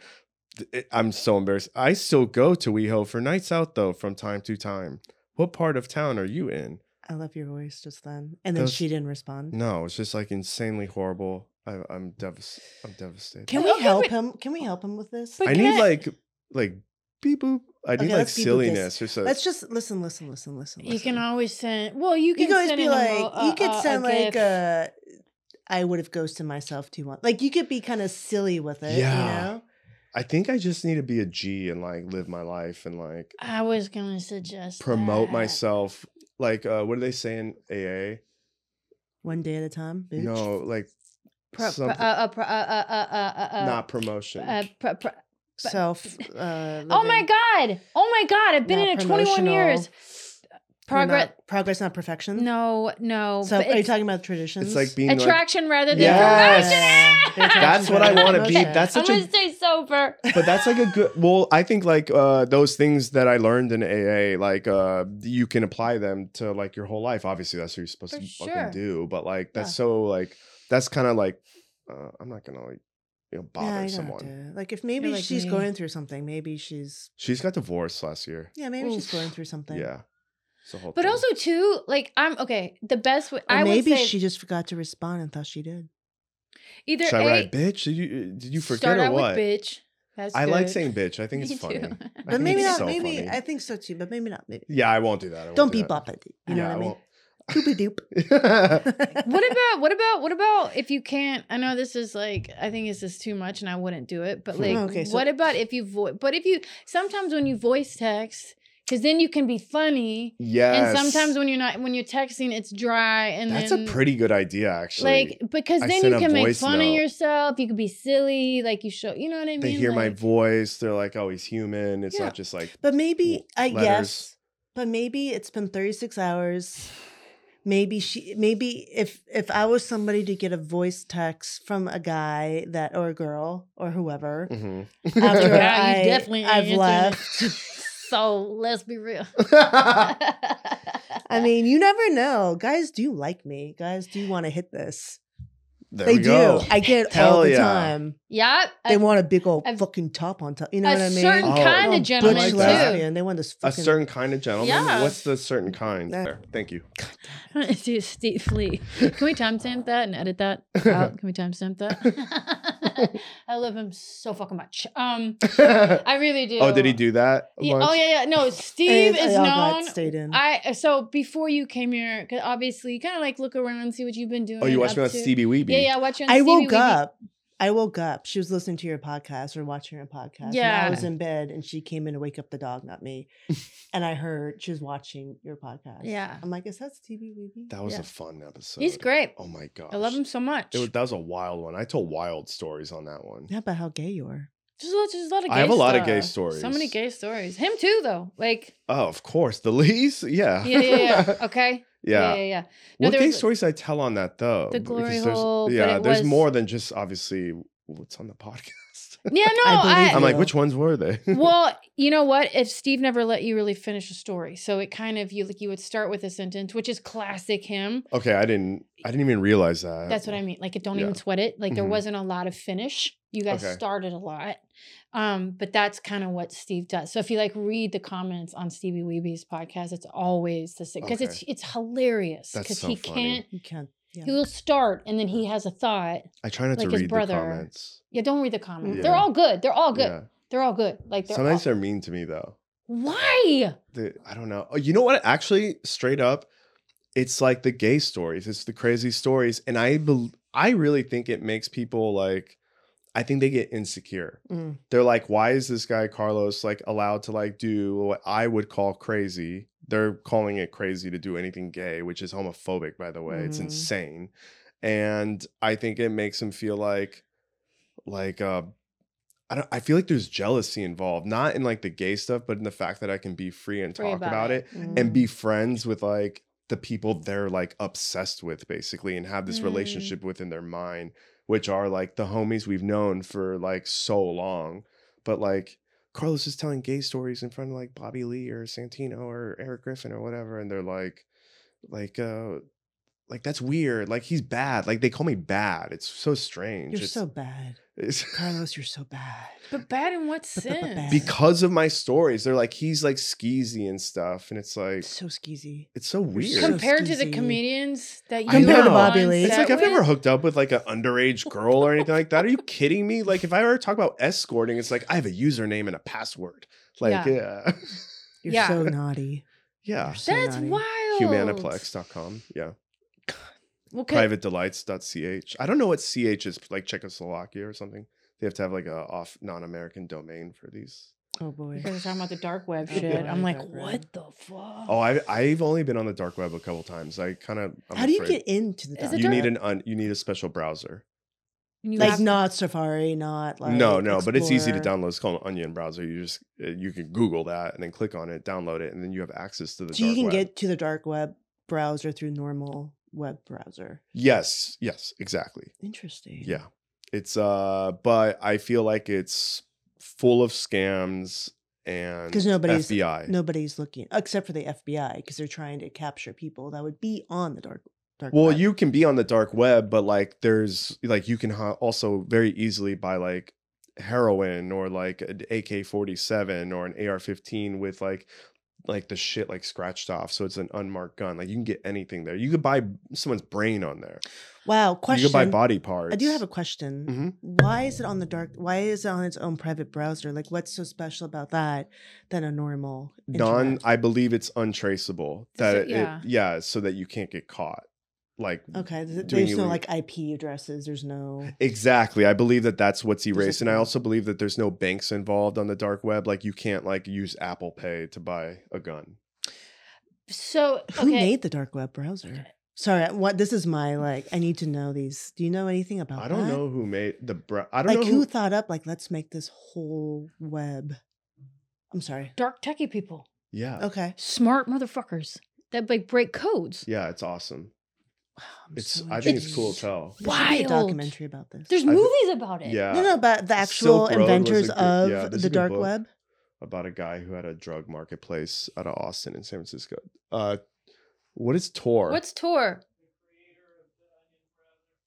Th- it- I'm so embarrassed. I still go to WeHo for nights out though from time to time. What part of town are you in? I love your voice just then. And then Those- she didn't respond. No, it's just like insanely horrible. I, I'm devas- I'm devastated. Can Well, we okay, help but- him? Can we help him with this? Oh. But I need can I- like like beep boop. I need Okay, like let's beep boop this. silliness or something. Let's just listen, listen, listen, listen. You listen. can always send. Well, you you can, could always send be an like, emo- a- you could a- a sound like gif. uh, I would have ghosted myself too much. Like you could be kind of silly with it, Yeah. you know? I think I just need to be a G and like live my life and like I was gonna suggest promote that. myself. Like, uh, what do they say in AA? One day at a time, bitch. No, like Pro, pro, uh, something- uh, pro, uh, uh, uh, uh, uh, not promotion. uh, pro, pro, Self. Uh, Oh my living. god! Oh my god! I've been Not in it 21 years. We're not- Progress. progress, not perfection. No, no. So but are you it's talking about traditions? it's like being like- attraction rather than Yes. [LAUGHS] Yeah. promotion. that's what I want to be. Promotion. That's I'm such gonna a stay sober. but that's like a good. Well, I think like uh, those things that I learned in AA, like uh, you can apply them to like your whole life. Obviously, that's what you're supposed For to sure. fucking do. But like that's Yeah. so like that's kind of like uh, I'm not gonna like you know Yeah, I bother don't someone. do it. Like if maybe like she's me. going through something, maybe she's She's got divorced last year. yeah, maybe she's Oof. going through something. Yeah, it's a whole. But thing. also too, like I'm okay. The best way Or I maybe would say she just forgot to respond and thought she did. either Should I a, write bitch? Did you did you forget start or out what? with bitch. That's I like [LAUGHS] good. saying bitch. I think Me it's funny. too. [LAUGHS] I But think maybe it's not. so maybe funny. I think so too. But maybe not. Maybe. yeah, I won't do that. I won't Don't do be that. bopped. You know Yeah, what I mean? Doopy [LAUGHS] won't. [LAUGHS] doop. what about what about what about if you can't i know this is like i think this is too much and i wouldn't do it but Hmm. like Okay, so- what about if you voice but if you sometimes when you voice text because then you can be funny yes. and sometimes when you're not when you're texting it's dry and that's then a pretty good idea, actually. like because I then sent you a can make voice fun note. of yourself you could be silly like you show you know what i mean they hear my like, voice. They're like, "Oh, he's human." It's Yeah. not just like But maybe I letters. yes. But maybe it's been 36 hours. Maybe she maybe if if I was somebody to get a voice text from a guy that or a girl or whoever mhm. [LAUGHS] after Yeah, you I, definitely ain't I've answering it. left. [LAUGHS] so let's be real [LAUGHS] [LAUGHS] I mean, you never know. Guys do like me. Guys do want to hit this. [LAUGHS] there they we go. do. [LAUGHS] I get it Hell all the yeah. time. yeah They want a big old I've- fucking top on top. You know what I mean? certain Oh, kind of Little butch gentleman, too. lesbian. They want this A fucking certain kind of gentleman. Yeah. What's the certain kind? There. Thank you. Dude, Steve Lee. Can we timestamp that and edit that out? Can we timestamp that? [LAUGHS] I love him so fucking much. Um, [LAUGHS] oh, [LAUGHS] I really do. did he do that? a Yeah, oh bunch? yeah, yeah. No, Steve And is they all got known. Stayed in. I so before you came here, 'cause obviously, you kind of like look around and see what you've been doing. Oh, you watched up me on to. Stevie Weeby. Yeah, yeah. I Watch you on I Stevie woke Weeby. up. I woke up. She was listening to your podcast or watching your podcast. And I Yeah. was in bed and she came in to wake up the dog, [LAUGHS] not me. and I heard she was watching your podcast. Yeah. I'm like, is that Stevie Weeby? That was Yeah. a fun episode. He's great. Oh my gosh. I love him so much. It was, that was a wild one. I told wild stories on that one. yeah, about how gay you are. Just a lot, just a lot of. Gay I have a lot of gay stuff. So stories. many gay stories. Him too, though. [LAUGHS] Like, Oh, of course. The lease? [LAUGHS] Yeah. yeah, yeah, yeah. Okay. yeah, Yeah. yeah. yeah. No, What there gay was- stories I tell on that though? The Because glory there's- hole, but Yeah, it there's was- more than just obviously what's on the podcast. Yeah, no, [LAUGHS] [LAUGHS] believe I, you. I'm like, Yeah. which ones were they? well, you know what? If Steve never let you really finish a story, so it kind of you like you would start with a sentence, which is classic him. [LAUGHS] okay, I didn't. I didn't even realize that. That's what I mean. Like, it don't Uh, yeah. even sweat it. Like, there Mhm. wasn't a lot of finish. You guys Okay. started a lot, um, but that's kind of what Steve does. So if you like read the comments on Stevie Weeby's podcast, it's always the same because it's it's hilarious That's because so he funny. can't. You can't. Yeah. He will start and then he has a thought. I try not Like to his read brother. the comments. Yeah, don't read the comments. Yeah. They're all good. They're all good. Yeah. They're all good. Like they're Sometimes all- they're mean to me though. why? They, I don't know. Oh, you know what? Actually, straight up, it's like the gay stories. It's the crazy stories, and I bel I really think it makes people like. I think they get insecure. Mm. they're like why is this guy carlos like allowed to like do what i would call crazy Mm-hmm. they're calling it crazy to do anything gay which is homophobic by the way it's Mhm. insane and I think it makes him feel like like uh I don't I feel like there's jealousy involved, not in like the gay stuff, but in the fact that I can be free and Free talk about about, it. it, and Mm-hmm. be friends with like the people they're like obsessed with basically and have this Mm. relationship with in their mind, which are like the homies we've known for like so long. But like Carlos is telling gay stories in front of like Bobby Lee or Santino or Eric Griffin or whatever, and they're like like uh like that's weird. Like he's bad. Like they call me bad. It's so strange. You're It's- so bad. it's- [LAUGHS] Carlos, you're so bad. But bad in what sense? Bad. because of my stories. They're like he's like skeezy and stuff, and it's like So skeezy. it's so weird. so compared to the skeezy. comedians that you Compared were to Bobby on Lee. it's set like I've with, never hooked up with like an underage girl or anything like that. Are you kidding me? Like if I ever talk about escorting, it's like I have a username and a password. Like yeah, [LAUGHS] You're Yeah. so naughty. yeah. That's naughty. wild. Humaniplex.com. Yeah. Well, 'cause- [LAUGHS] Privatedelights.ch. I don't know what ch is like Czechoslovakia or something. They have to have like a off non-American domain for these. Oh boy. Because we're talking about the dark [LAUGHS] web Oh, shit. yeah. I'm like, Dark web. what the fuck? Oh, I I've only been on the dark web a couple times. I kind of How do you get into the? Is it dark You need web? an un, you need a special browser. And you like have- not Safari, not like no, no, but it's easy to Explorer. download. It's called an Onion browser. You just uh, you can Google that and then click on it, download it, and then you have access to the. So you dark can web. get to the dark web browser through normal web browser. Yes, yes, exactly. Interesting. Yeah. It's uh but I feel like it's full of scams and 'Cause nobody's- FBI. Nobody's looking except for the FBI because they're trying to capture people that would be on the dark dark well, web. you can be on the dark web, but like there's like you can ha- also very easily buy like heroin or like an AK-47 or an AR-15 with like like the shit like scratched off so it's an unmarked gun like you can get anything there you could buy someone's brain on there Wow, you question. could buy body parts I do have a question. Mhm. Why is it on the dark? Why is it on its own private browser? Like, what's so special about that than a normal non internet? i believe it's untraceable That's that it, it, yeah. yeah. yeah so that you can't get caught like Okay, doing th- there's no illegal- like IP addresses. There's no. [LAUGHS] exactly i believe that that's what's like, erased and i no- also believe that there's no banks involved on the dark web like you can't like use apple pay to buy a gun So Who okay, made the dark web browser? Sorry, what this is my like. I need to know these. Do you know anything about? i don't that? know who made the bra- i don't Like know who thought up like let's make this whole web? I'm sorry. dark techie people, yeah Okay. smart motherfuckers that like break codes. yeah it's awesome Wow, I'm it's so i think it's interested. cool as hell There should be a Wild. documentary about this. There's I've- movies about it. yeah no, no, but the actual Uh, Silk Road was a inventors good- of yeah, there's a the good dark book. web. about a guy who had a drug marketplace out of austin and san francisco uh what is tor What's Tor?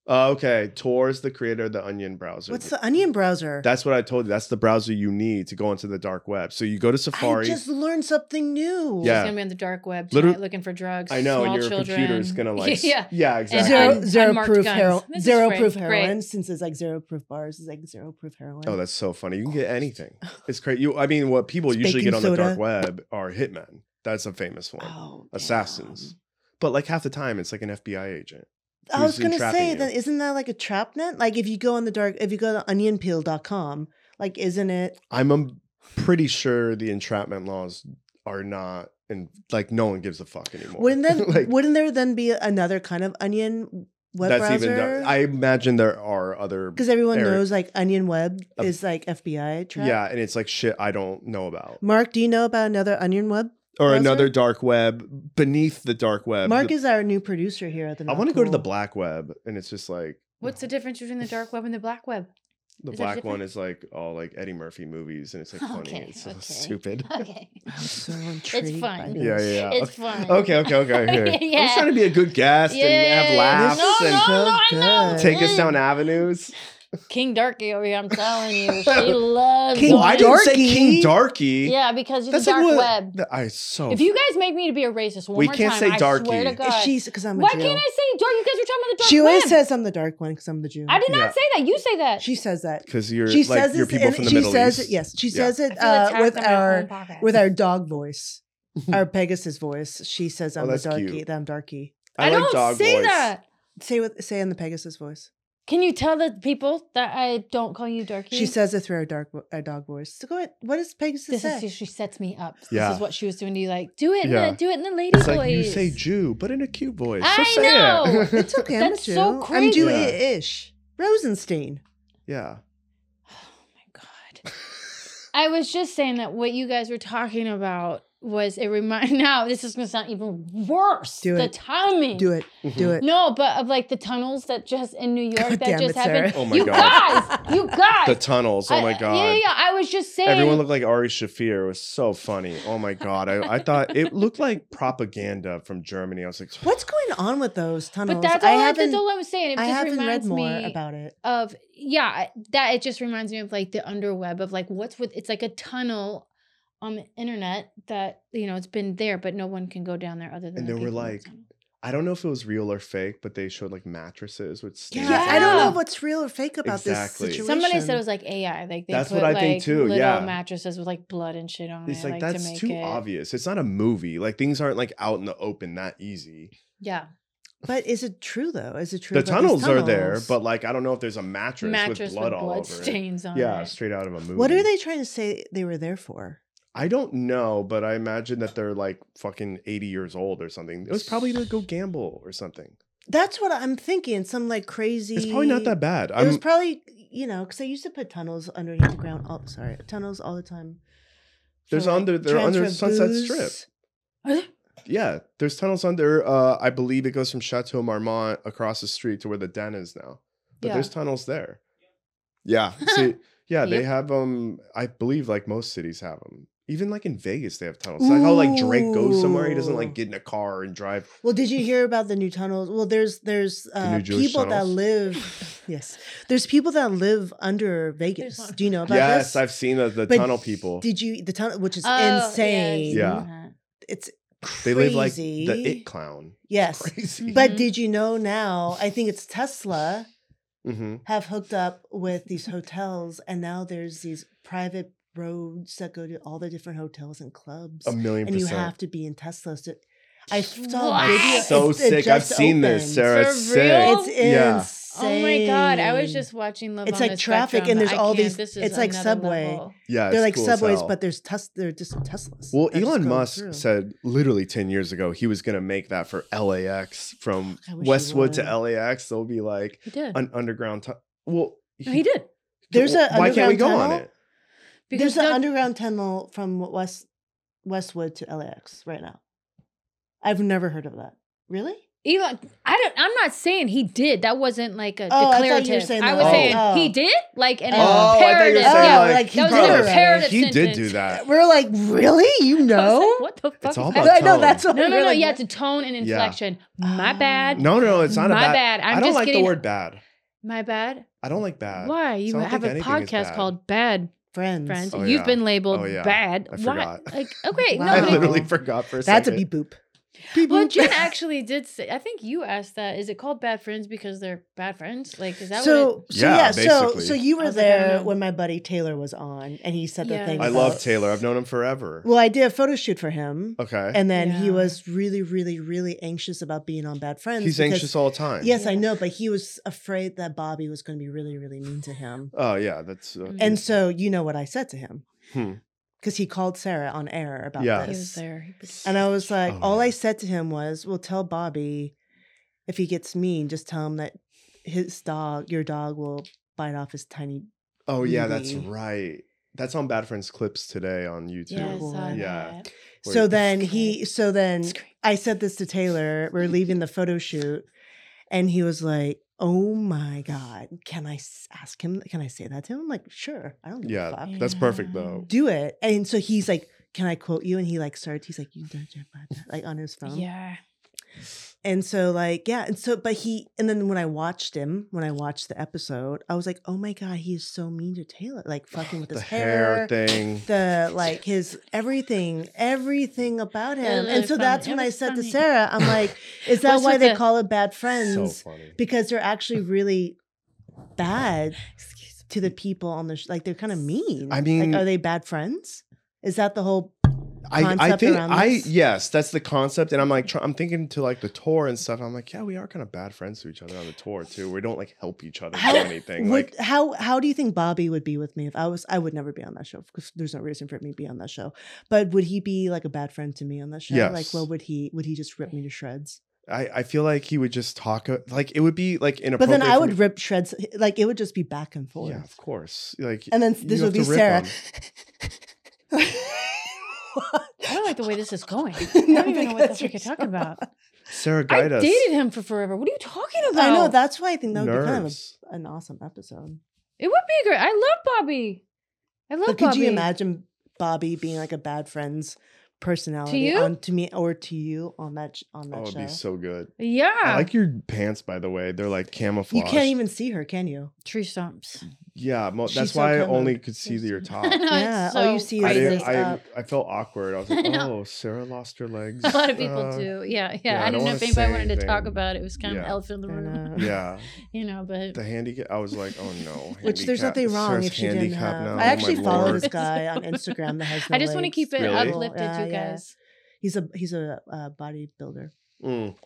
Uh, okay, Tor is the creator of the Onion browser. What's the Onion browser? That's what I told you. That's the browser you need to go into the dark web. So you go to I Safari. just learned something new. She's Yeah. gonna be on the dark web Literally- tonight looking for drugs. I know, small and your children. computer is [LAUGHS] [LAUGHS] gonna like. yeah. yeah, yeah, exactly. Zero, un- zero unmarked proof guns. heroin. This is Zero great, proof great. heroin. Since it's like zero proof bars, it's like zero proof heroin. oh, that's so funny. You can get anything. [SIGHS] It's crazy. You, I mean, what people It's usually baking get on the dark soda. web are hitmen. That's a famous one. Oh, Assassins. damn. But like half the time, it's like an FBI agent. I who's was gonna entrapping say you. that isn't that like a trap net? Like if you go on the dark, if you go to onionpeel.com, like isn't it? I'm um, pretty sure the entrapment laws are not, and like no one gives a fuck anymore. Wouldn't then [LAUGHS] like, wouldn't there then be another kind of onion web browser? I imagine there are other because everyone Eric. knows like onion web Uh, is like FBI trap. Yeah, and it's like shit I don't know about. Mark, do you know about another onion web? Or browser? another dark web beneath the dark web. Mark Uh, The- is our new producer here at the. I Not want to go to the Cool. black web, and it's just like What's [LAUGHS] the difference between the dark web and the black web? [LAUGHS] the is there black different- one is like all like Eddie Murphy movies, and it's like funny. Okay, it's so [LAUGHS] okay. stupid. [LAUGHS] Okay, I'm so intrigued. fine. By this. Yeah, yeah, yeah. it's fun. Okay, okay, okay. [LAUGHS] okay. I was Yeah. trying to be a good guest and Yeah. have laughs No, and no, no, Mm. I know. good. take us down avenues. King Darky over here. I'm telling [LAUGHS] you, she loves. King well, I it. didn't say Darky? King Darky. Yeah, because you're the That's like dark what- web. th- I so If you guys make me to be a racist one We more can't time, say I darky. swear to It's God. She's because I'm a Why Jew. can't I say dark? You guys are talking about the dark She web. always says I'm the dark one because I'm the Jew. I did not Yeah. say that. You say that. She says that. because you're she like says your this people and from the she Middle says East. It, yes, she Yeah. says I it feel uh, attacked with on my own our podcast. with our dog [LAUGHS] voice, our Pegasus voice. She says Oh, I'm the that's darky. cute. That I'm darky. I, I, like don't dog say voice. that. Say with say in the Pegasus voice. Can you tell the people that I don't call you Darky? She says it through her dark vo- her dog voice. So go ahead. What does Pegasus This say? is she [LAUGHS] sets me up. This Yeah. is what she was doing to you. Like, do it, Yeah. in the, do it in the lady It's voice. like you say Jew, but in a cute voice. I Just say [LAUGHS] know. It. it's okay. That's I'm so Jew. crazy. I'm Jew Yeah. ish. Rosenstein. yeah. my god. I was just saying that what you guys were talking about was it remind [LAUGHS] now this is gonna sound even worse. Do the it. timing. Do it. Mm-hmm. Do it. No, but of like the tunnels that just in New York that damn just it, happened. Sarah. Oh my you God. guys, [LAUGHS] you guys. The tunnels. Oh I- my god. Yeah, yeah, yeah. I was just saying. Everyone looked like Ari Shafir. It was so funny. Oh my god. I, I thought it looked like propaganda from Germany. I was like, What's going on with those tunnels? but that's I all I, haven't. that's all I was saying. It I just haven't read reminds more me about it. of yeah I- that it just reminds me of like the underweb of like what's with it's like a tunnel on the internet that you know it's been there but no one can go down there other than And the there were, people in the like, tunnel. I don't know if it was real or fake, but they showed like mattresses with Yeah, snakes. Yeah. I don't know Yeah. what's real or fake about Exactly. this situation. somebody said it was like AI like they That's put what I like think too, little yeah. mattresses with like blood and shit on It's it like, like, to that's make too it obvious. It's not a movie. Like things aren't like out in the open that easy. yeah But is it true though? Is it true? The about these tunnels, are there, tunnels? but like I don't know if there's a mattress, mattress with blood all over stains it. on [GASPS] Yeah, it straight out of a movie. what are they trying to say they were there for? I don't know, but I imagine that they're like fucking 80 years old or something. It was probably to go gamble or something. That's what I'm thinking. Some like crazy. It's probably not that bad. It was I'm probably you know because I used to put tunnels underneath the ground. All, sorry, tunnels all the time. There's for, like, under- they're under transfer of Sunset booze. Strip. yeah, there's tunnels under uh I believe it goes from Chateau Marmont across the street to where the den is now. But Yeah. there's tunnels there. Yeah. [LAUGHS] See, yeah, they Yep. have um I believe like most cities have them. Even like in Vegas they have tunnels. Like how like Drake goes somewhere, he doesn't Ooh. like get in a car and drive. Well, did you hear about the new tunnels? Well, there's there's uh, new Jewish people that tunnels? [LAUGHS] live. yes, there's people that live under Vegas. one. Do you know about yes, this? I've seen the, the But tunnel people. Did you the tunnel, which is Oh, yeah, I've insane? seen Yeah. that. it's They crazy. live like the it clown. Yes, Crazy. but Mhm. did you know now? I think it's Tesla Mhm. have hooked up with these hotels, and now there's these private roads that go to all the different hotels and clubs, A million and percent. you have to be in Teslas. To, I saw What? a video. It's- so it sick. I've just seen opened. this, Sarah. For It's real? sick. It's Yeah. Oh insane. my god! I was just watching Love It's on like the traffic, Spectrum, and but there's I all can't. these- This is it's like another Subway. level. Yeah, They're it's like cool as subways, hell. but there's tes- they're just Teslas. Well, that just Elon go Musk through. said literally 10 years ago he was going to make that for [SIGHS] LAX from I wish he Westwood to would. LAX. There'll be like He did. an underground. tu- well, No, he did. There's a Why can't we underground go on tunnel? it? there's an no- underground tunnel from West Westwood to LAX right now. I've never heard of that. Really? Elon, I don't. I'm not saying he did. That wasn't like a Oh, I thought you were declarative. I, saying that was was- saying Oh. he did, like an Oh, I imperative. saying, yeah. like, that was did an it. imperative. He did sentence. do that. We're like, really? [LAUGHS] You I was know? like, what the fuck? It's is all that? about I know tone. that's what no, no, we're no. like, You what? have to tone and Yeah. inflection. My bad. No, no, it's not a My bad. bad. I'm I do not just like getting- the word bad. My bad. I don't like bad. Why you So I don't have think a anything is podcast bad. called Bad Friends. Friends? Oh, You've yeah. been labeled Oh, yeah. bad. I Why? forgot. Like [LAUGHS] okay, Wow. no. I but- literally Oh. forgot for a That's a second. beep boop. Well, Jen actually did say. I think you asked that. Is it called bad friends because they're bad friends? Like, is that what? It, So, so Yeah, yeah, so basically. so you I were was like, I don't there know. when my buddy Taylor was on, and he said the Yeah. thing. I love about- Taylor. I've known him forever. Well, I did a photo shoot for him, okay. and then he Yeah. was really, really, really anxious about being on Bad Friends. He's because- anxious all the time. Yes, I Yeah. know, but he was afraid that Bobby was going to be really, really mean to him. Oh yeah, that's uh, And so you know what I said to him Hmm. because he called Sarah on air about Yeah. he was this, there. He was- and I was like, Oh, all I yeah. said to him was, "Well, tell Bobby if he gets mean, just tell him that his dog, your dog, will bite off his tiny." Oh yeah, that's Really? right. That's on Bad Friends clips today on YouTube. Yeah, I Terrible saw one. Yeah. that. Where So you- then Scream. he, so then Scream. "Mm, I said this to Taylor. We're leaving the photo shoot, and he was like, "Oh my god, can I s- ask him? Can I say that to him?" I'm like, "Sure, I don't give Yeah, a fuck." That's perfect, though. do it. And so he's like, Can I quote you? And he like starts, he's like, You don't do that," like on his phone. Yeah. And so, like, yeah. And so, but he, and then when I watched him, when I watched the episode, I was like, Oh my God, he is so mean to Taylor, [SIGHS] like fucking with the his hair, hair. thing. [LAUGHS] the like his everything, everything about him, was and really so funny. that's It when I was said to funny. Sarah, "I'm [LAUGHS] like, is that What's why with they the- call it bad so friends? funny. Because they're actually really bad Excuse to the people on the sh- like they're kind of mean. I mean- like, are they bad friends? Is that the whole I, I concept think around I this? yes, that's the concept, and I'm like try, I'm thinking to like the tour and stuff. I'm like, yeah, we are kind of bad friends to each other on the tour too. We don't like help each other do How anything. Would, like how how do you think Bobby would be with me if I was? I would never be on that show because there's no reason for me to be on that show. But would he be like a bad friend to me on that show? Like, Yes. what would he? Would he just rip me to shreds? I, I feel like he would just talk uh, like it would be like But inappropriate. then I for would me- rip shreds. Like it would just be back and forth. yeah, of course. Like And then you this have would to be rip Sarah. him. I don't like the way this is [LAUGHS] going. I No, don't even know what the because frick you're you're talking about. Sarah I guide us. dated him for forever. What are you talking about? [LAUGHS] I know. That's why I think that would be kind of Nerves. a, an awesome episode. It would be great. I love Bobby. I love But could Bobby. you imagine Bobby being like a bad friend's personality you? on to me or to you on that sh- on that Oh, it'd show? be so good. Yeah. I like your pants, by the way. They're like you camouflage. can't even see her, can you? tree stumps. Yeah, mo- She's that's so why I camo. only could see the- your [LAUGHS] top. I know, it's Yeah, all you see is Uh, I, Raise did, this I, up. I felt awkward. [LAUGHS] I was I like, know. oh, Sarah lost her [LAUGHS] legs. A lot of people Uh, do. Yeah, yeah. yeah, I, I don't don't know wanna if anybody say wanted to talk anything. about it. It was kind of Yeah. elephant in the I room, know. Yeah, [LAUGHS] you know. But the handicap. I was like, oh no. [LAUGHS] Which there's handicap- nothing wrong Sarah's if she didn't handicapped have. now, I oh my actually follow lord. this [LAUGHS] guy on Instagram that has. No I just want to legs. keep it Really? uplifted, Yeah, you yeah. guys. He's a he's a uh, bodybuilder. [LAUGHS] Mm. I-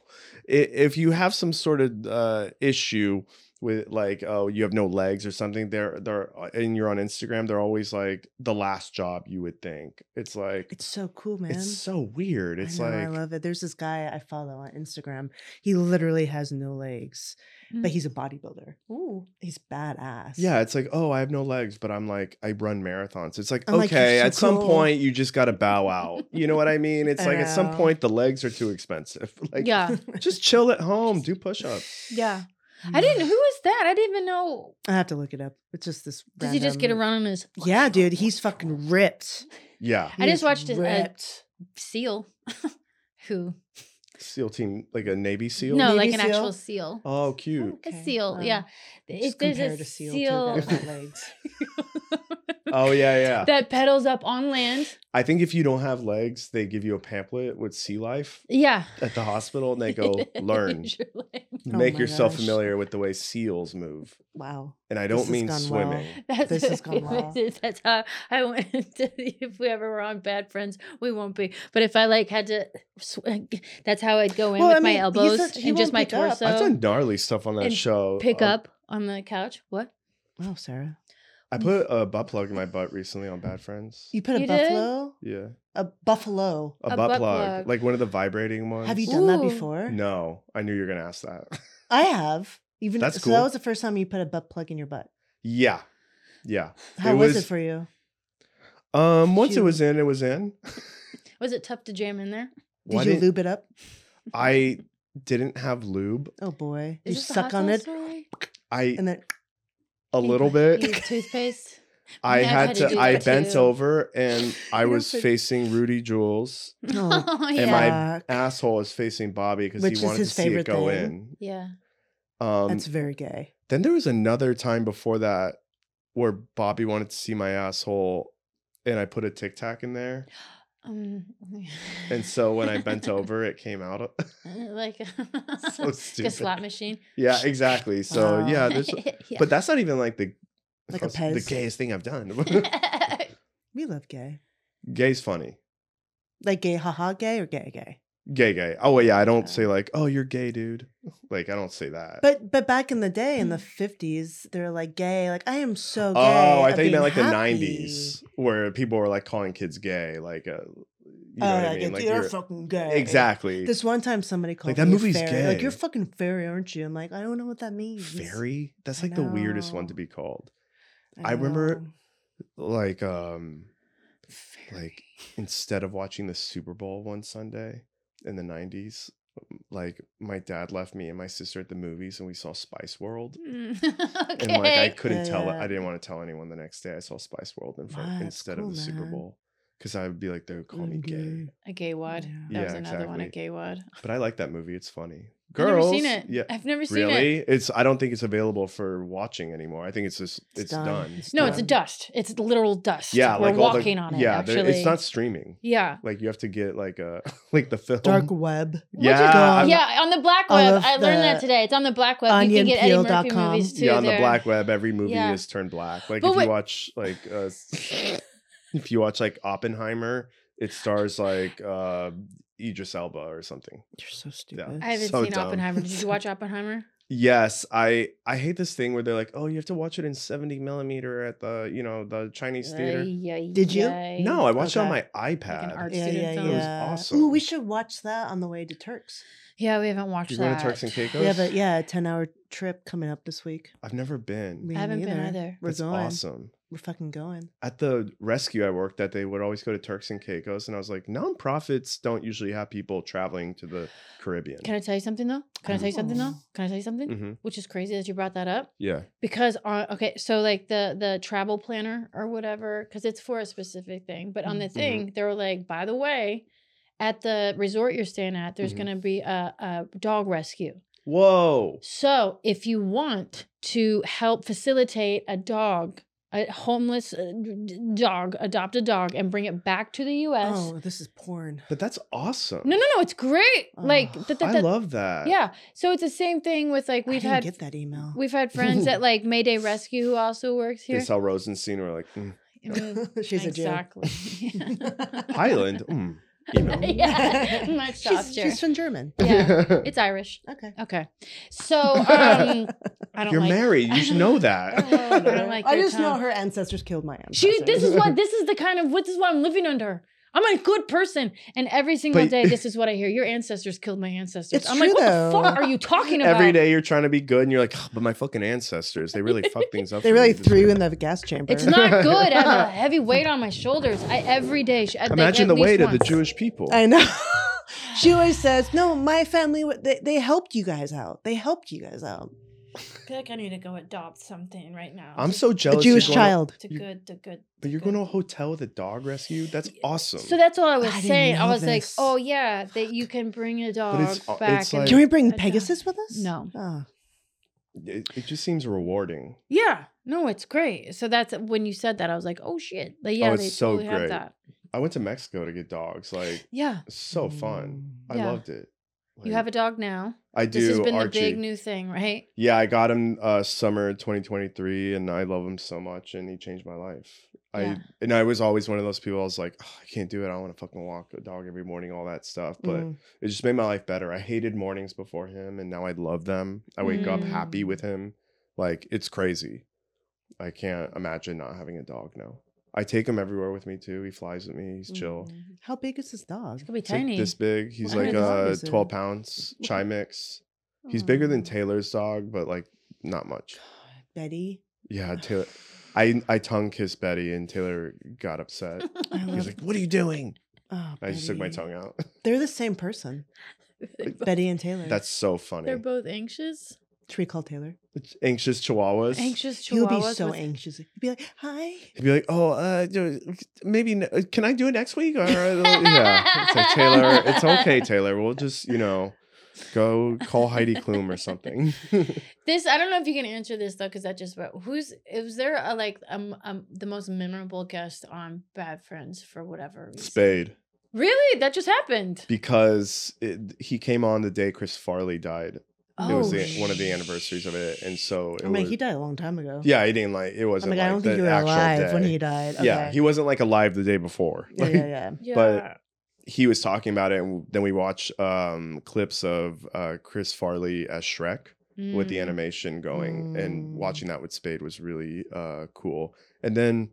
If you have some sort of uh, issue with like, oh, you have no legs or something, they're they're uh, and you're on Instagram, they're always like the last job you would think. It's like It's so cool, man. it's so weird. It's I know, I like love it. There's this guy I follow on Instagram. He literally has no legs, but Mm. he's a bodybuilder. Ooh, he's badass. [LAUGHS] yeah, it's like oh, I have no legs, but I'm like I run marathons. It's like I'm like, you're okay, so at some cool. point you just got to bow out. You know what I mean? It's I like at some know. point the legs are too expensive. [LAUGHS] Like [LAUGHS] yeah, just chill at home, do push-ups. yeah. I Mm-hmm. didn't. Who is that? I didn't even know. I have to look it up. It's just this. Does he just get random- around in his? [LAUGHS] Yeah, dude, he's fucking ripped. Yeah, I He just is watched his, uh, ripped. seal. [LAUGHS] Who? SEAL team like a Navy SEAL. No, like Navy an actual seal? seal. [LAUGHS] Oh, cute. A Okay, seal. wow. Yeah. Just If there's compare a to seal. seal [LAUGHS] To that legs. Oh yeah, yeah. that pedals up on land. I think if you don't have legs, they give you a pamphlet with sea life Yeah. at the hospital and [LAUGHS] they go, learn, Use your leg. Oh make my yourself gosh. familiar with the way seals move. Wow. And I This don't has mean gone well. swimming. [LAUGHS] That's This has gone well. That's how I went. [LAUGHS] To, if we ever were on Bad Friends, we won't be. But if I like had to, sw- that's how I'd go in Well, with I my mean, he's elbows such- he and just won't my pick up. I've torso. I've done gnarly stuff on that and show. pick Um, up on the couch. What? Wow, Sarah. I put a butt plug in my butt recently on Bad Friends. You put a You did? buffalo? Yeah. A buffalo. A, A butt, butt plug, plug. Like one of the vibrating ones. Have you done that Ooh. before? Oh, No. I knew you were gonna ask that. [LAUGHS] I have. Even That's so, that cool. was the first time you put a butt plug in your butt. yeah. Yeah. How was, was- it for you? Um, once it Cute. was in, it was in. Was it tough to jam in there? Did Why you didn't- lube it up? I didn't have lube. Oh boy, Is you this a hot suck on sauce it story? I and [LAUGHS] then a little bit. You use [LAUGHS] toothpaste. [LAUGHS] I Yeah, I had had to to. do I that bent too. over and I You don't was fit- facing Rudy Jules. Oh, yeah. Am I- fuck. Asshole is facing Bobby because Which he is wanted to his see it favorite go thing. yeah. in. Um, That's very gay. then there was another time before that where Bobby wanted to see my asshole, and I put a Tic Tac in there, Um, [LAUGHS] and so when I [LAUGHS] bent over, it came out. [LAUGHS] like [LAUGHS] So like a stupid. slot machine. [LAUGHS] yeah, exactly. So Wow. [LAUGHS] yeah, there's, [LAUGHS] Yeah. but that's not even like the Oh, Like a the Pez. gayest thing I've [LAUGHS] done. [LAUGHS] [LAUGHS] We love gay. Gay's funny. Like gay, haha, gay or gay, gay. Gay, gay. Oh yeah, I don't Yeah. say like, oh, you're gay, dude. [LAUGHS] Like I don't say that. But but back in the day, in the Mm. fifties, they're like gay. Like I am so gay. Oh, I of think you being meant like happy." the '90s, where people were like calling kids gay, like, uh, you know oh, what I like, mean? Like you're, you're- fucking gay. exactly. This one time, somebody called that me a movie's fairy. Like gay. you're fucking fairy, aren't you? I'm like, I don't know what that means. fairy. That's I like the weirdest one to know. be called. I remember- know. Like, um, Like like instead of watching the Super Bowl one Sunday in the '90s, like my dad left me and my sister at the movies, and we saw Spice World. Mm, [LAUGHS] okay. And like I couldn't tell, Yeah. I didn't want to tell anyone the next day. I saw Spice World in front Wow, that's instead cool, of the Super man. Mm-hmm. Bowl because I would be like, they would call I'm me gay. gay. a gay wad. Yeah. That was Yeah, another one, a exactly. gay wad. But I like that movie. It's funny. I've never seen it. Yeah. I've never seen it. Really? It's I don't think it's available for watching anymore. I think it's just it's, done. No, it's a done. dust. It's literal dust. Yeah, we're like all the- walking on it. Yeah, there- actually, it's not streaming. Yeah. Like you have to get like a [LAUGHS] like the film. Dark web. What is- Yeah, I'm- yeah, on the black all web. of I learned that the today. It's on the black web. You can get Eddie Murphy onionpeel.com. movies too. yeah, on the there. [LAUGHS] black web, every movie Yeah. is turned black. Like But if wait- you watch like uh, s- if you watch like Oppenheimer, It stars like uh, Idris Elba or something. You're so stupid. I haven't So seen dumb. Oppenheimer. Did you [LAUGHS] watch Oppenheimer? Yes, I I hate this thing where they're like, oh, you have to watch it in seventy millimeter at the you know the Chinese theater. Did you? No, I watched it on Okay. my Like an iPad. art Yeah, student yeah, film. It was yeah. awesome. Ooh, we should watch that on the way to Turks. Yeah, we haven't watched you that. going to Turks and Caicos? Yeah, but yeah, a ten-hour trip coming up this week. I've never been. Me I haven't been neither. either. We're That's going. awesome. We're fucking going. At the rescue I worked at, they would always go to Turks and Caicos, and I was like, nonprofits don't usually have people traveling to the Caribbean. Can I tell you something though? Can I tell you something though? Oh. Can I tell you something? hmm Which is crazy that you brought that up Yeah. because on okay, so like the the travel planner or whatever, because it's for a specific thing. But on the Mhm. thing, they were like, by the way, at the resort you're staying at, there's Mhm. gonna be a, a dog rescue. Whoa. So, if you want to help facilitate a dog, a homeless uh, d- d- dog, adopt a dog and bring it back to the US. Oh, this is porn. But that's awesome. No, no, no, it's great. Like Oh, that, that, I that- love that. Yeah. So it's the same thing with like I we've didn't had get that email. we've had friends at like Mayday Rescue who also works They here. saw Rosenstein and were like, [LAUGHS] mm, I mean, [LAUGHS] She's a Jew. exactly. [LAUGHS] Highland? Mm, you know. [LAUGHS] yeah, much She's, softer. she's from German. [LAUGHS] yeah, it's Irish. Okay. Okay, [LAUGHS] so um, I don't. You're like, married. You should [LAUGHS] know that. Oh, I don't like [LAUGHS] I your just know tongue. her ancestors killed my ancestors. She. This is what. This is the kind of. This is what I'm living under. I'm a good person, and every single But- day, this is what I hear. Your ancestors killed my ancestors. It's I'm true, like, what though. the fuck are you talking about? [LAUGHS] Every day you're trying to be good and you're like, "Ugh, but my fucking ancestors, they really fucked things up. They for really me this threw you time." in the gas chamber. It's [LAUGHS] not good. I have a heavy weight on my shoulders. I every day. sh- I think Imagine at the least weight of the once. Jewish people. I know. [LAUGHS] she always says, "No, my family. wa- They, they helped you guys out. They helped you guys out. I feel like I need to go adopt something right now. I'm so A jealous. you're Jewish going to- child. to you- good to good. but you're going to a hotel with a dog rescue? That's awesome. So that's all I was I didn't saying. I know was like, this. oh yeah, that you can bring a dog it's- uh, back. it's and- like- Can we bring I don't- Pegasus with us? No. Oh. it, it just seems rewarding. yeah, no, it's great. So that's when you said that, I was like, oh shit, like, yeah, it's they so totally have great. that. I went to Mexico to get dogs. Like, Yeah, it's so fun. Mm. I Mm, Yeah. loved it. you Like, have a dog now. I do. This has been Archie. the big new thing, right? Yeah, I got him uh summer 2023 and I love him so much and he changed my life. Yeah. I and I was always one of those people I was like, "Ugh, I can't do it. I want to fucking walk a dog every morning, all that stuff. But Mm. it just made my life better. I hated mornings before him and now I love them. I wake up happy Mm. with him. Like it's crazy. I can't imagine not having a dog now. I take him everywhere with me too. He flies with me. Mm. He's chill. Mm-hmm. How big is this dog? It could be He's like tiny. [LAUGHS] this [LAUGHS] big. He's What like kind of dog uh is it? 12 [LAUGHS] pounds chi mix. He's bigger than Taylor's dog, but like not much. Betty. Yeah, Taylor. I I tongue kissed Betty and Taylor got upset. I He was [LAUGHS] love. like, "What are you doing?" oh, I just took my Betty. tongue out. They're the same person, Betty and Taylor. That's so funny. They're both anxious. should we call Taylor? It's anxious chihuahuas. Anxious He would chihuahuas. be so with- anxious. He'd be like, "Hi." He'd be like, "Oh, uh, do- maybe n- uh, can I do it next [LAUGHS] week?" Or uh, yeah, it's like Taylor. It's okay, Taylor. We'll just you know go call Heidi Klum or something. [LAUGHS] This I don't know if you can answer this though, because that just but who's was there a like um um the most memorable guest on Bad Friends for whatever reason? Spade, Really, that just happened. because it, he came on the day Chris Farley died. It was Oh, the, one of the anniversaries of it, and so it I'm like, was, he died a long time ago. [LAUGHS] Yeah, he didn't like it I'm wasn't like, like I don't the think you were actual alive day. when he died. Okay. Yeah, he wasn't like alive the day before. Yeah, Like, yeah, [LAUGHS] yeah. yeah. but- He was talking about it, and then we watched um, clips of uh, Chris Farley as Shrek with the Mm. animation going, and Mm. watching that with Spade was really uh, cool. And then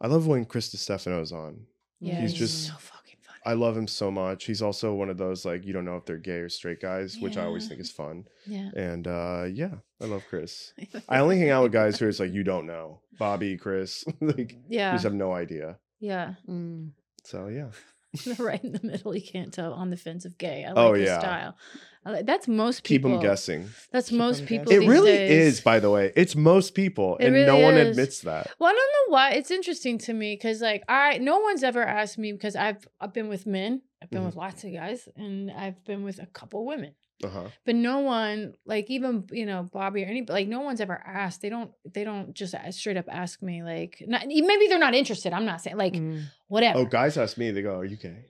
I love when Chris DeStefano's on. Yeah, He's just- so fucking funny. I love him so much. He's also one of those like you don't know if they're gay or straight guys, which I always Yeah. think is fun. Yeah. [LAUGHS] And uh, yeah, I love Chris. I only hang out with guys who it's like you don't know Bobby, Chris, [LAUGHS] like you Yeah. just have no idea. yeah. [LAUGHS] Mm. So yeah. right in the middle, you can't tell on the fence of gay. I like Oh, his yeah. style. I like, that's most keep people. them guessing. That's Keep 'em most guessing. people. Well, It these really days. is, by the way. It's most people, It and really no one is. admits that. Well, I don't know why. It's interesting to me because, like, I no one's ever asked me because I've I've been with men, I've Mm-hmm. been with lots of guys, and I've been with a couple women, Uh huh. but no one, like, even you know Bobby or any, like, no one's ever asked. They don't they don't just a- straight up ask me like, not, e, maybe they're not interested. I'm not saying like Mm. whatever. Oh, guys ask me. They go, "Are you gay?"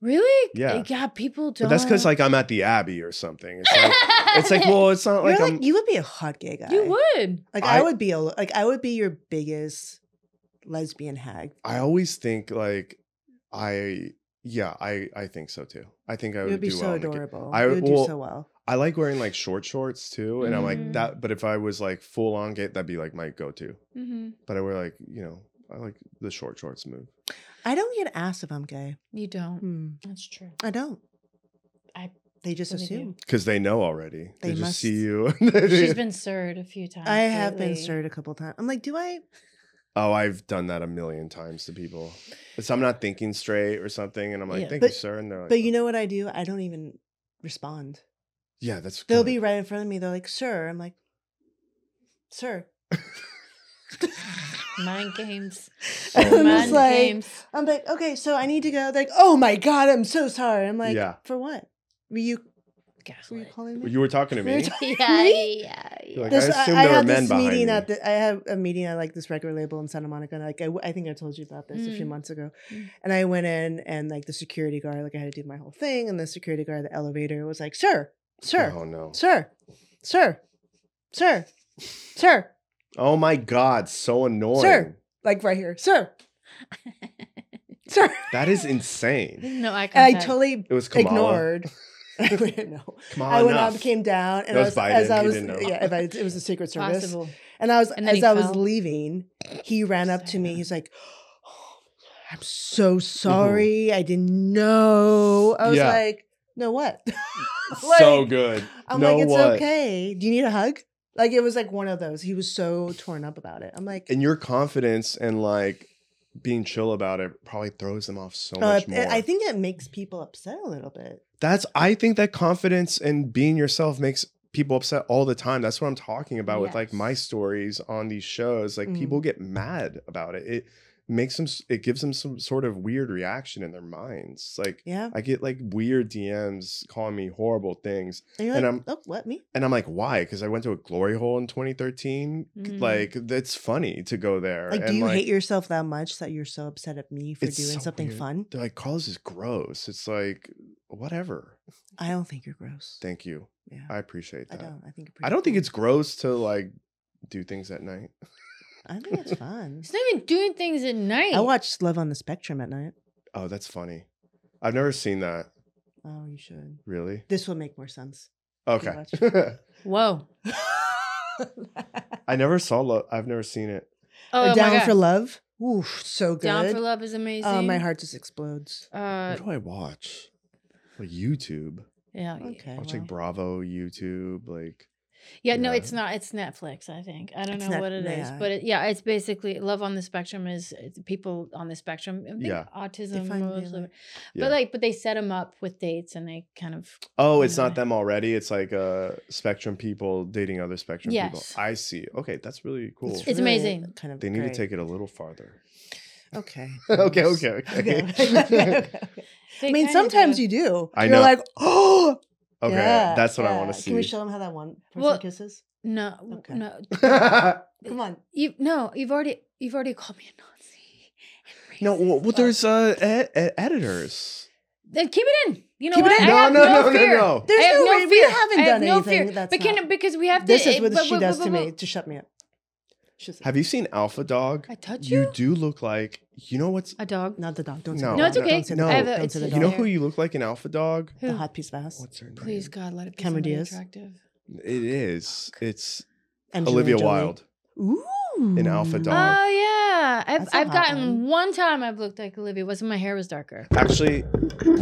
Really? Yeah. Yeah. People don't. But that's because like I'm at the Abbey or something. It's like, it's like well, it's not [LAUGHS] [LAUGHS] You're like oh, like, I'm. you would be a hot gay [LAUGHS] guy. you would. Like I, I- would be a like I would be your biggest lesbian hag. I always think like I yeah, I I think so too. I think I It would, would be do so well in the ga- adorable. I- you would well, do so well. I like wearing like short shorts too, and I'm like Mm-hmm. Mhm. that. But if I was like full on gate, that'd be like my go to. Mm-hmm. hmm But I wear like you know I like the short shorts move. I don't get asked if I'm gay. You don't. Hmm. That's true. I don't. I- they just What do they do? assume. Because they know already. They, They just must- see you. [LAUGHS] [LAUGHS] She's been served a few times. I have been lately. stirred a couple times. I'm like, do I? oh, I've done that a million times to people. So I'm not thinking straight or something, and I'm like, Yeah. "Thank you, But- sir." And they're like, But you know what I do? I don't even respond. yeah, that's They'll good. be right in front of me. They're like, sir. I'm like, sir. [LAUGHS] Mind [LAUGHS] games. I'm So- just Mind like- games. I'm like, okay, so I need to go. They're like, oh my god, I'm so sorry. I'm like, Yeah. for what? Were you were [LAUGHS] you Gaslit. calling me? you were [LAUGHS] talking to We were me. talking- Yeah, Really? yeah, yeah. You're like, I This, I, assume I there were had men this behind meeting me. at the, I had a meeting at like this record label in Santa Monica. and, Like I, w- I think I told you about this a few Mm. months ago, Mm. and I went in and like the security guard, like I had to do my whole thing, and the security guard, at the elevator was like, "Sir, sir, Oh no. sir, sir, sir, sir," Oh my God, so annoying. like right here, [LAUGHS] sir, sir. That is insane. no eye And I contact. totally It was Kamala. [LAUGHS] ignored. [LAUGHS] I didn't know. Kamala I went enough. up, came down, and That I was was, Biden. as I He was, didn't know. yeah, if I, it was the Secret Service. possible. And I was And then as he I was fell. leaving, he ran up to me. Sad. He's like, oh, "I'm so sorry. I didn't know." I was Mm-hmm. Yeah. like, "No what?" [LAUGHS] so Like, good. I'm no like, "It's what? okay. Do you need a hug?" Like it was like one of those. He was so torn up about it. I'm like, And your confidence and like being chill about it probably throws them off so uh, much I- more. I think it makes people upset a little bit. that's I think that confidence and being yourself makes people upset all the time. That's what I'm talking about with like my Yes. stories on these shows. Like Mhm. people get mad about it. It makes them s- it gives them some sort of weird reaction in their minds. Like Yeah. I get like weird DMs calling me horrible things. And you're And like, I'm- "Oh, what me?" And I'm like, why? Because I went to a glory hole in 2013. Mm. Like, that's funny to go there. Mm-hmm. Like, er, and do you like, hate yourself that much that you're so upset at me for It's so doing something weird. fun? They're like, Carlos is gross. It's like, whatever. I don't think you're gross. Thank you. yeah, I appreciate I that. I don't, don't. I think. You're think pretty it's gross to like do things at night. cool. I think [LAUGHS] it's fun. It's not even doing things at night. I watched Love on the Spectrum at night. Oh, that's funny. I've never seen that. Oh, you should. Really? This will make [LAUGHS] more sense. Okay. watch. Whoa. [LAUGHS] I never saw Love. I've never seen it. Oh, my Down God. for Love. Ooh, so good. Down for Love is amazing. Oh, my heart just explodes. [LAUGHS] Uh, what do I watch? Like YouTube. yeah. Okay. I watch well, like Bravo YouTube. Like, Yeah, no, Yeah. it's not. It's Netflix, I think. I don't It's know Net- what it is, yeah. but it, yeah, it's basically Love on the Spectrum is it's people on the spectrum. I think Yeah. autism find mostly. real- Yeah. But like, but they set them up with dates, and they kind of oh, it's not Yeah. them already. It's like uh, Spectrum people dating other Spectrum Yes. people. I see. Okay, that's really cool. It's really amazing. Kind of they need great. to take it a little farther. Okay. [LAUGHS] okay, Oops. okay, okay. [LAUGHS] Okay, okay, okay, okay. [LAUGHS] they I mean, kinda sometimes do. you do. I You're know. like, [GASPS] oh. Okay, yeah, that's what I yeah. want to see. Can we [LAUGHS] show them how that one person Well- eh, kisses? no Okay. no Come on. you no you've already you've already called me a Nazi. and no, racist, well, well, but- there's uh, e- e- editors. then keep it in. You know Keep it what? in. I have no, no, no, no, no, fear. no. I There's have no, no way fear. we haven't I have done no anything. fear. That's But can not- because we have to. this is it- what but- she but- does but- to but- me to shut me up. She's like, Have you seen Alpha Dog? I touch You you. do look like you know what's A dog. not the dog. Don't say No. the No, dog. it's okay. Don't say the No. I dog. have a- Don't say the it's- dog. you know dog. who you look like an Alpha Dog. Who? the hot piece of ass. What's her name? Please God, let it be Cameron somebody Diaz? attractive. It is. It's Angelina Olivia Jolie. Wilde. Ooh. An alpha dog. Oh yeah, I've, That's a I've hot gotten one. one time I've looked like Olivia. Was when my hair was darker. Actually,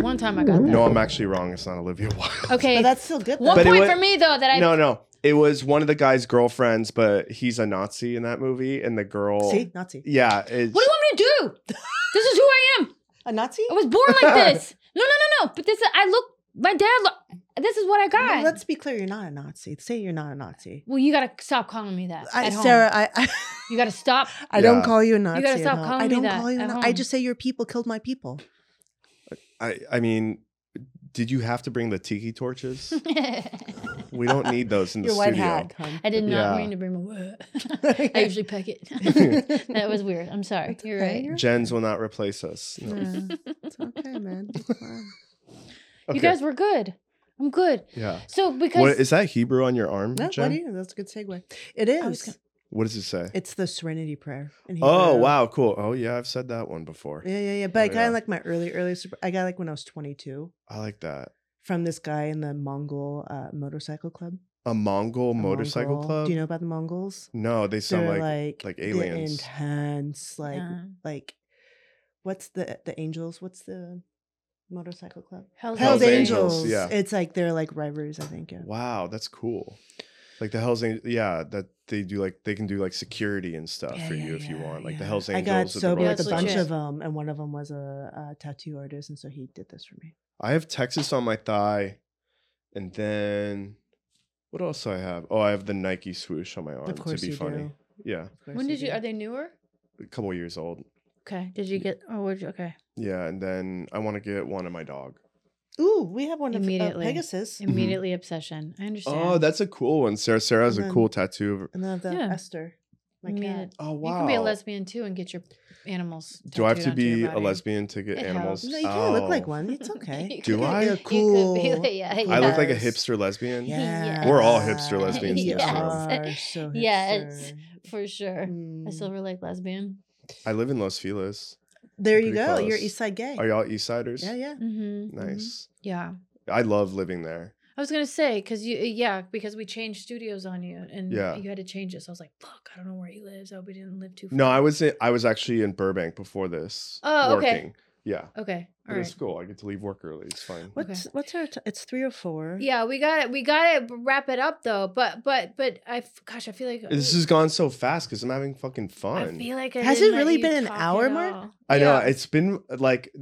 One time I got that. no, I'm actually wrong. It's not Olivia [LAUGHS] Wilde. okay, But that's still good. one But it point wa- for me though that I No, no. It was one of the guy's girlfriends, but he's a Nazi in that movie, and the girl. See? Nazi. Yeah. It's, What do you want me to do? this is who I am. A Nazi? I was born [LAUGHS] like this. No, no, no, no. But this is, I look. My dad. Look, this is what I No, got. let's be clear. You're not a Nazi. Say you're not a Nazi. well, you gotta stop calling me that. I, at home. Sarah, I I, you gotta [LAUGHS] stop. I don't Yeah. call you a Nazi. gotta at stop all. calling I me don't that call you. at An, I home. just say your people killed my people. I, I mean, did you have to bring the tiki torches? we don't need those [LAUGHS] in the Your white studio. hat, hun. [LAUGHS] I did not Yeah. mean to bring my I usually [LAUGHS] peck [LAUGHS] it. that was weird. I'm sorry. That's You're okay. right. Jens will not replace us. No. Mm. [LAUGHS] Yeah. It's okay, man. [LAUGHS] It's fine. Okay. You guys were good. I'm good. Yeah. So because What is that Hebrew on your arm, No, what Jen? do you? That's a good segue. It is. I was gonna- What does it say? It's the Serenity Prayer. in Oh Hebrew. wow, cool. Oh yeah, I've said that one before. Yeah, yeah, yeah. But I Oh, kind yeah. of like my early, early. sup- I got like when I was 22 I like that. from this guy in the Mongol uh, motorcycle club. A Mongol The motorcycle Mongol- club. Do you know about the Mongols? No, they sound They're like, like like the aliens. intense, like Yeah. like what's the the angels? What's the motorcycle club? Hell's, Hell's Angels, Angels. yeah. It's like they're like rivals, I think. Yeah. wow, that's cool. Like the Hell's Angels, yeah, that they do like they can do like security and stuff Yeah, for yeah, you if you yeah, want. Like the yeah. Hell's I Angels. got at the sober roller with a That's bunch legit. coasters. of uh, them, and one of them was a, a tattoo artist, and so he did this for me. I have Texas on my thigh, and then what else do I have? Oh, I have the Nike swoosh on my arm. of course, to be you funny. do. Yeah, Of course When did you? do. Are they newer? a couple years old. Okay. Did you get? Oh, would you? Okay. Yeah, and then I want to get one of my dog. Ooh, we have one of uh, Immediately. Pegasus, and Immediately obsession. I understand. Mm-hmm. Oh, that's a cool one. Sarah Sarah has And a then- cool tattoo. Of her. then the Yeah. Esther, my Immedi- cat. Oh wow. You can be a lesbian too and get your animals. Do I have tattooed to onto your be a body. [LAUGHS] lesbian to get It animals? helps. No, you kind of look like Oh. one. It's okay. [LAUGHS] You Do could- I? you could be Cool. like- yeah, I I look like a [LAUGHS] Yes. hipster lesbian. Yeah, We're all hipster lesbians in We this room. are so hipster. [LAUGHS] Yes. for sure. Mm. A silver lake lesbian. I live in Los Feliz. There I'm you pretty go. You're close. East Side gay. Are y'all East Siders? yeah, yeah. Mm-hmm. Nice. Yeah. I love living there. I was gonna say because you, uh, yeah, because we changed studios on you and Yeah. you had to change it. So I was like, fuck, I don't know where he lives. I hope he didn't live too far. No, I was in, I was actually in Burbank before this. Oh, okay. Yeah. Okay. All But it's right. cool. I get to leave work early. It's fine. What's what's our? T- it's three or four. [LAUGHS] Yeah, we got it. We got to wrap it up though. But but but I, f- gosh, I feel like This has gone so fast because I'm having fucking I fun. feel like I Has didn't it let really you been an talk hour, at Mark? all. I know Yeah. it's been like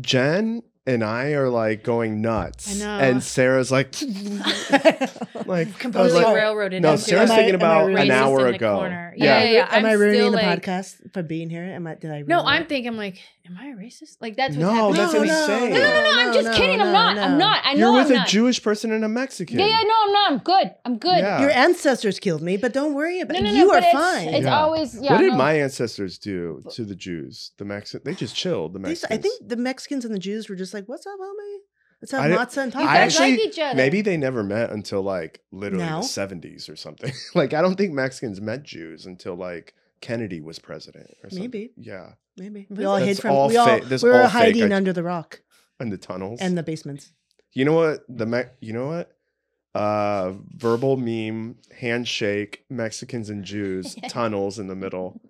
Jen and I are like going nuts. I know. And Sarah's [LAUGHS] like, [LAUGHS] like I was completely like, railroaded. no, into it. Sarah's Am I- thinking am I about racist an in hour the ago. corner? Yeah. Yeah, yeah, Am I I'm ruining still, the like- podcast for being here? Am I? Did I? No, ruin I'm it? thinking I'm like, am I a racist? Like that's what's No, happening. that's to me. insane. No, no, no, I'm just kidding. I'm not. I'm not. I know You're I'm with a not. Jewish person and a Mexican. Yeah, yeah, no, I'm not. I'm good. I'm good. Yeah. Your ancestors killed me, but don't worry about No, it. no, no, you but are it's- fine. It's Yeah. always yeah. what did no. my ancestors do to the Jews? The Mexican, they just chilled. The These- Mexicans. I think the Mexicans and the Jews were just like, "What's up, homie? Let's have I didn't- matzah and You tacos." guys I actually- like each [LAUGHS] other. maybe they never met until like literally No. the seventies or something. [LAUGHS] like I don't think Mexicans met Jews until like Kennedy was president or something. Maybe. Yeah, maybe we Really? all hid That's from. all we all fake- that's we were all fake. hiding I- under the rock and the tunnels. and the basements. you know what the Me- you know what. Uh, verbal meme, handshake, Mexicans and [LAUGHS] Jews, tunnels in the middle.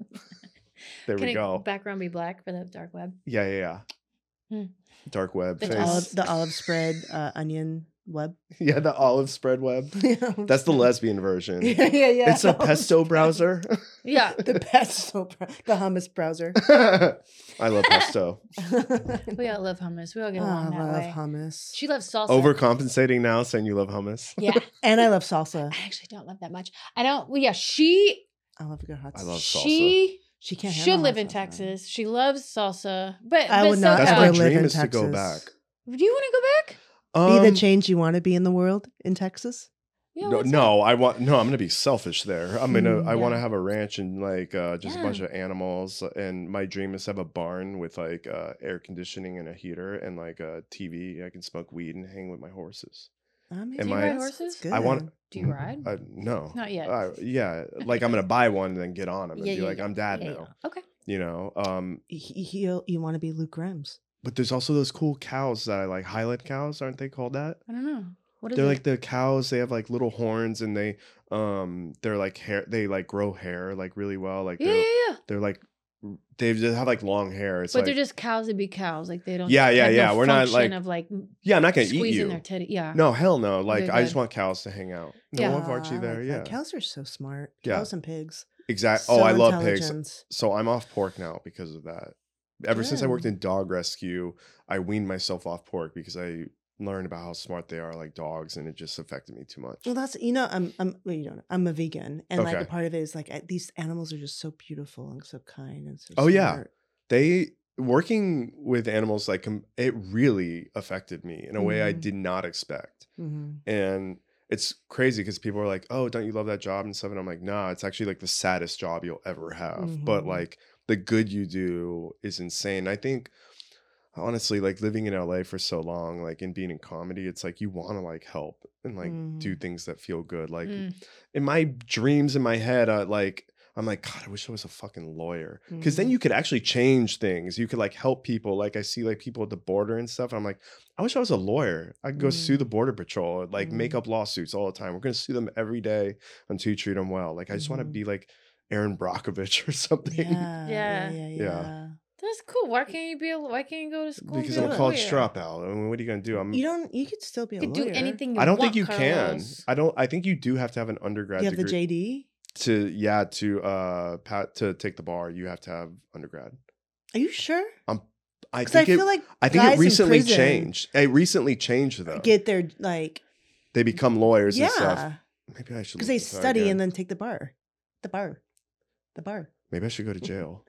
There Can we it go. background be black for the dark web? yeah, yeah, yeah. Hmm. Dark web The face. Olive, the olive spread, uh, onion web. [LAUGHS] [LAUGHS] yeah, the olive spread web. That's the lesbian version. [LAUGHS] yeah, yeah, yeah. It's a pesto browser. [LAUGHS] Yeah. [LAUGHS] [LAUGHS] the pesto, br- the hummus browser. [LAUGHS] Oh, I love pesto. We all love hummus. We all Oh, get I along that love way. hummus. She loves salsa. Overcompensating now, saying you love hummus. Yeah. and I love salsa. I actually don't love that much. I don't well, yeah, she I love a good hot I sauce. love salsa. she she can't should handle live hot in sauce, man. Texas. She loves salsa. But I but would somehow- not That's ever my live dream in is to go back. Texas. Do you want to go back? Um, be the change you want to be in the world in Texas. Yeah, no, what's no, I want no. I'm gonna be selfish there. I'm gonna. Mm, I want to yeah. have a ranch and like uh, just Yeah. a bunch of animals. And my dream is to have a barn with like uh, air conditioning and a heater and like a TV. I can smoke weed and hang with my horses. Amazing. Am Do you I- ride horses? I want. Do you ride? Uh, no. Not yet. Uh, yeah, like I'm gonna buy one and then get on them and Yeah, be yeah, like, yeah. I'm dad Yeah, now. yeah. Okay. You know. Um, He, he'll, you want to be Luke Grimes. But there's also those cool cows that I like, Highland cows, aren't they called that? I don't know. What is They're it? like the cows, they have like little horns and they um they're like hair they like grow hair like really well. Like yeah, they're yeah, yeah. they're like they just have like long hair. It's But like they're just cows that be cows. Like they don't. Yeah, yeah, have no yeah. We're not, function like- of like m- Yeah, I'm not gonna eat squeezing you. their teddy. Yeah. No, hell no. Like I just good. want cows to hang out. No Yeah. one want Archie Ah, I there, like yeah. that. Cows are so smart. Yeah. Cows and pigs. Exact So oh I love pigs. intelligent. So I'm off pork now because of that. Ever since I worked Good. in dog rescue, I weaned myself off pork because I learned about how smart they are like dogs and it just affected me too much. Well, that's you know I'm I'm well, you don't know, I'm a vegan and like a Okay. part of it is like I, these animals are just so beautiful and so kind and so. Oh, yeah. smart. they working with animals like com- it really affected me in a way I Mhm. did not expect. Mhm. And it's crazy because people are like, "Oh, don't you love that job?" and stuff. And I'm like, "Nah, it's actually like the saddest job you'll ever have." But Mhm. like the good you do is insane. I think honestly, like living in LA for so long, like and being in comedy, it's like you want to like [LAUGHS] mm-hmm. help and like do things that feel good. Like Mm. in my dreams in my head, I like I'm like, God, I wish I was a fucking lawyer. Because Mm. then you could actually change things. You could like help people. Like I see like people at the border and stuff. I'm like, I wish I was a lawyer. I could go Mm. sue the border patrol, and, like make Mm. up lawsuits all the time. We're gonna sue them every day until you treat them well. Like I just want to Mhm. be like Aaron Brockovich [LAUGHS] or something. Yeah, Yeah. yeah, yeah, Yeah. That's cool. Why can't you be? A, why can't you go to school? and because be I'm a a college lawyer? dropout. I mean, what are you gonna do? I'm oh, You don't. You could still be You a could do lawyer. anything. You I don't want, think you can. Carlos. I don't I think you do have to have an undergrad You have the degree. JD. to yeah, to uh pat to take the bar, you have to have undergrad. Are you sure? I Because I, think feel it like I think guys it in recently prison changed. It recently changed though. Get their like they become lawyers and stuff. yeah, Maybe I should because look they this up study again. and then take the bar, the bar, the bar. maybe I should go to jail.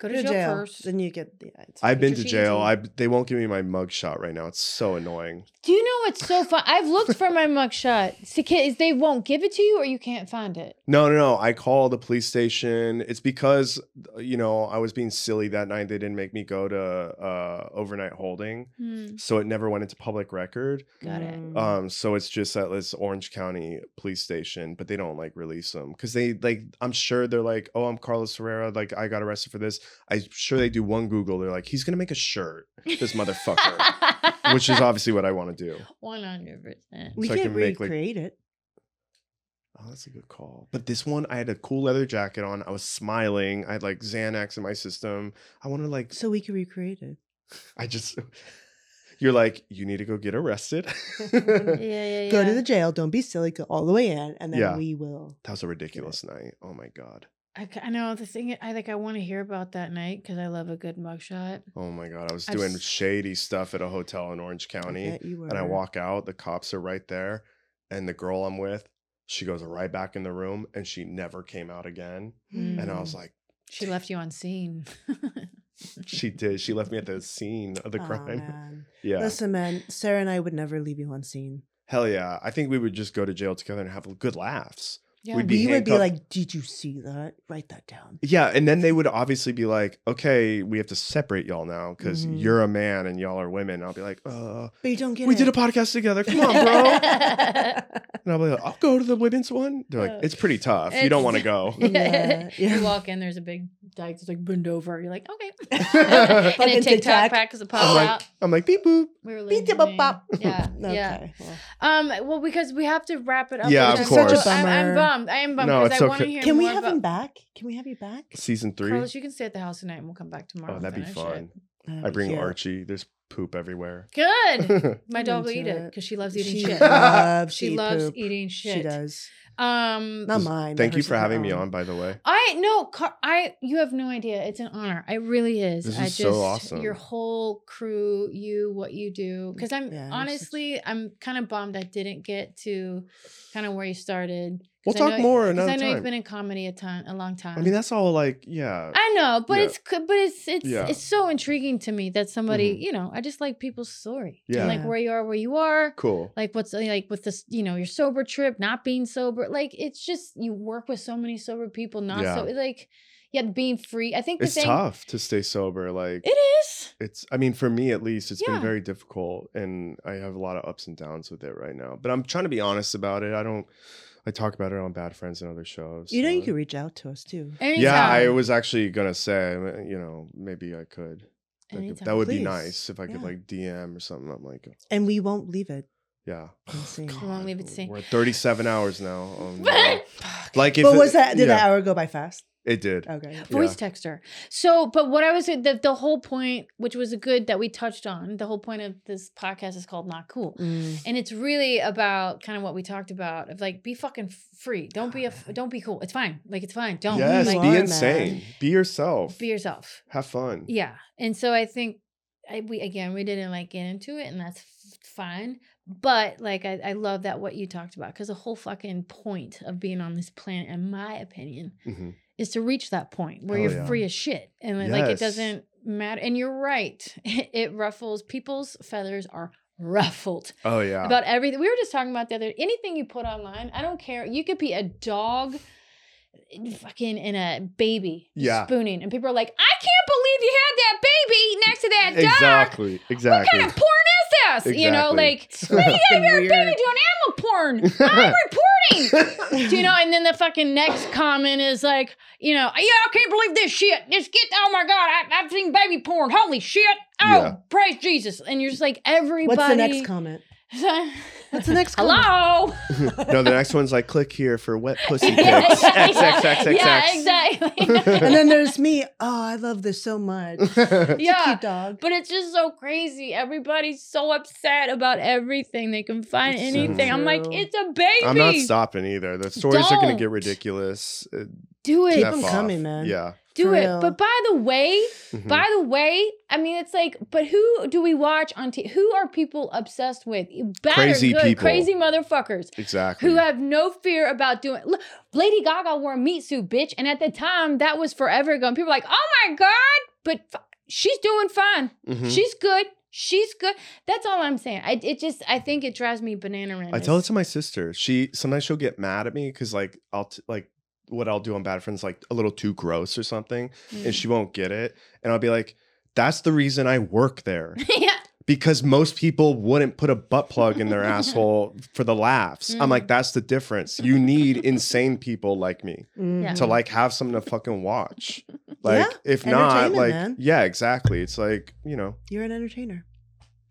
Go to Go jail, first. Then you get the. Yeah, it's I've been Get to your jail. I GED. they won't give me my mug shot right now. It's so annoying. Do you know what's so fun? I've looked for my [LAUGHS] mugshot. It's the kid- Is they won't give it to you, or you can't find it. No, no, no. I call the police station. It's because you know I was being silly that night. They didn't make me go to uh, overnight holding, Hmm. so it never went into public record. Got it. Mm. Um, so it's just at this Orange County police station, but they don't like release them because they like. I'm sure they're like, "Oh, I'm Carlos Herrera. Like, I got arrested for this." I'm sure they do one Google. They're like, "He's gonna make a shirt, this motherfucker," [LAUGHS] which is obviously what I want to do. [LAUGHS] one hundred percent. [LAUGHS] we so I can can make, like- recreate it. Oh, that's a good call. But this one, I had a cool leather jacket on. I was smiling. I had like Xanax in my system. I want to like. So we can recreate it. I just. [LAUGHS] You're like, you need to go get [LAUGHS] arrested. Yeah, yeah, yeah. Go to the jail. Don't be silly. Go all the way in, and then Yeah. we will. That was a ridiculous night. Oh my god. I, c- I know the thing. I like. I want to hear about that night because I love a good mugshot. Oh my god. I was I've doing s- shady stuff at a hotel in Orange County. bet you And I were. walk out, the cops are right there, and the girl I'm with, she goes right back in the room and she never came out again. And I was Mm. [LAUGHS] Mm. like, She left you on scene. she did. She left me at the scene of the Aw, crime. Oh, man. [LAUGHS] Yeah. Listen, man, Sarah and I would never leave you on scene. Hell yeah. I think we would just go to jail together and have good laughs. [LAUGHS] yeah, We'd be We would be handcuffed. like, "Did you see that? Write that down." Yeah. And then they would obviously be like, okay, we have to separate y'all now because Mhm. you're a man and y'all are women. I'll be like, uh, But you don't get we it. did a podcast together. Come [LAUGHS] on, bro. bro. and I'll be like, I'll go to the women's one. They're Uh, like, it's pretty tough. you it's- don't want to go. [LAUGHS] Yeah, [LAUGHS] yeah. You walk in, there's a big dyke that's like bend over. You're like, [LAUGHS] okay. [LAUGHS] and Fucking then TikTok TikTok. practice it pops I'm out. Oh, like, I'm like, beep boop. We were Beep, dip, bop, listening. bop. Yeah, [LAUGHS] yeah. Okay, well. Um, well, because we have to wrap it up. Yeah, which of I'm so- course. I'm, I'm Bummer. bummed. I am bummed No, because it's I want to okay. hear Can we more have about- him back? Can we have you back? Season three. Carlos, you can stay at the house tonight, and we'll come back tomorrow. Oh, and that'd be finish it. fun. That'd I be bring cute. Archie. There's [LAUGHS] poop everywhere. [LAUGHS] Good. That's My I'm dog will eat into it it. because she loves eating She shit. loves. she eat loves poop. eating shit. She does. Um, Not mine. but Thank you hers for is her having me own. on, by the way. I no, Car- I you have no idea. It's an honor. It really is. This I is just so awesome. your whole crew, you, what you do. Because I'm Yeah, you're such- honestly, I'm kind of bummed I didn't get to kind of where you started. 'Cause We'll I talk know- more 'cause I another know you've time. been in comedy a ton, a long time. I mean, that's all like, yeah. I know, but Yeah. it's it's but it's it's Yeah. Mm-hmm. it's so intriguing to me that somebody you know. I just like people's story. and, Yeah. like where you are, where you are. Cool. Like what's like with this, you know, your sober trip, not being sober. Like it's just you work with so many sober people, not Yeah. so like yet being free. I think the it's thing tough to stay sober. Like, it is. it's, I mean, for me at least, it's Yeah. been very difficult and I have a lot of ups and downs with it right now. But I'm trying to be honest about it. I don't, I talk about it on Bad Friends and other shows. You know, you so- can reach out to us too. Anytime. Yeah, I was actually going to say, you know, maybe I could. Like, if- Anytime. that [LAUGHS] would Please. be nice if I could Yeah. like DM or something. I'm like, And we won't leave [SIGHS] it. yeah. [SIGHS] Insane. We won't leave it same. We're at 37 hours now. Oh, [LAUGHS] no. like, if But it- was that? Did yeah. that Oh, hour go by fast? It did. Okay. voice texter. So, but what I was the the whole point, which was good that we touched on, the whole point of this podcast is called Not Cool. Mm. And it's really about kind of what we talked about of like be fucking free. Don't be a f- don't be cool. It's fine. Like it's fine. Don't Yes, like you be are, insane. man. Be yourself. be yourself. Have fun. Yeah. And so I think I, we again we didn't like get into it and that's f- fine. But like I, I love that what you talked about because the whole fucking point of being on this planet, in my opinion, Mhm. is to reach that point where Hell you're yeah. free as shit and then, like it Yes. doesn't matter. And you're right. [LAUGHS] It ruffles people's feathers are ruffled Oh yeah. [LAUGHS] about everything. We were just talking about the other anything you put online. I don't care. You could be a dog, fucking in a baby Yeah. spooning, and people are like, "I can't believe you had that baby next to that dog." exactly. What Exactly. kind of porn is this? You know, Exactly. [LAUGHS] like, lady, you had your baby doing animal porn. I'm mean? Do you know? And then the fucking next comment is like, you know, yeah, I can't believe this shit. Just get, oh my God, I, I've seen baby porn. Holy shit. Oh, Yeah. praise Jesus. And you're just like, everybody. What's the [LAUGHS] next comment? What's the next comment? Hello. [LAUGHS] [LAUGHS] no, the next one's like click here for wet pussy pics. yeah, X X X X yeah, X. exactly. [LAUGHS] And then there's me. Oh, I love this so much. [LAUGHS] It's a yeah. cute dog. But it's just so crazy. Everybody's so upset about everything. They can find It's so anything. I'm like, true. it's a baby. I'm not stopping either. The stories are gonna get Don't. ridiculous. Uh, Do it. Keep F 'em off. coming, man. Yeah. Do For it. real. But by the way, Mhm. by the way, I mean it's like, but who do we watch on T who are people obsessed with? Bad Crazy or good, people. crazy motherfuckers. Exactly. Who have no fear about doing look, Lady Gaga wore a meat suit, bitch. And at the time, that was forever ago. And people were like, oh my God, but f- she's doing fine. Mm-hmm. Mhm. She's good. She's good. That's all I'm saying. I it just I think it drives me banana I ranch. tell it to my sister. She sometimes she'll get mad at me because like I'll t- like what I'll do on Bad Friends like a little too gross or something, Mm. Mm. and she won't get it, and I'll be like, "That's the reason I work there [LAUGHS] yeah. because most people wouldn't put a butt plug [LAUGHS] in their asshole for the laughs." I'm like, Mm. "That's the difference. You need insane people like me Mm. Mhm. to like have something to fucking watch. Like if not, entertainment, like man. yeah, exactly. It's like you know, You're an entertainer.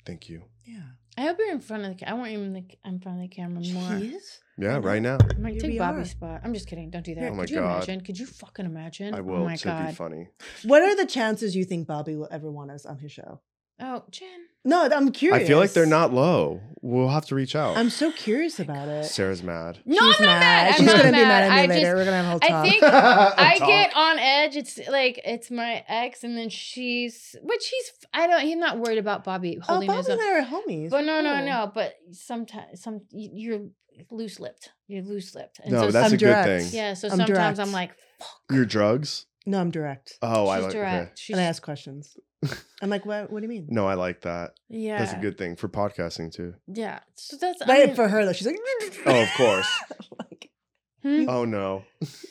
thank you." Yeah. I hope you're in front of the. ca- I want you in, the, in front of the camera more. She is. Yeah, I Mm-hmm. know. right now. I'm like, Here take we Bobby's are. spot. I'm just kidding. Don't do that. Yeah. Oh my Could you God. imagine? Could you fucking imagine? I Oh will my to be god. funny. What are the chances you think Bobby will ever want us on his show? Oh, Jen. No, I'm curious. I feel like they're not low. We'll have to reach out. I'm so curious about it. Sarah's mad. [LAUGHS] No, I'm not mad. I'm She's not gonna be mad. mad at me I later. just- We're gonna have a whole I talk. think- [LAUGHS] I get on edge. It's like it's my ex, and then she's, which he's. I don't. He's not worried about Bobby oh, holding his Bobby own. and I are homies. Oh. But no, no, Cool. no. But sometimes, some y- you're loose lipped. You're loose lipped. No, that's I'm a good direct. thing. yeah. So I'm sometimes I'm direct. like, Your drugs? No, I'm direct. Oh, I she's like. okay. direct. She's, and I ask [LAUGHS] questions. I'm like, what? What do you mean? No, I like that. yeah, That's a good thing for podcasting too. yeah. So that's I But mean- for her though, she's like, [LAUGHS] Oh, of course. like, Hmm? Oh no.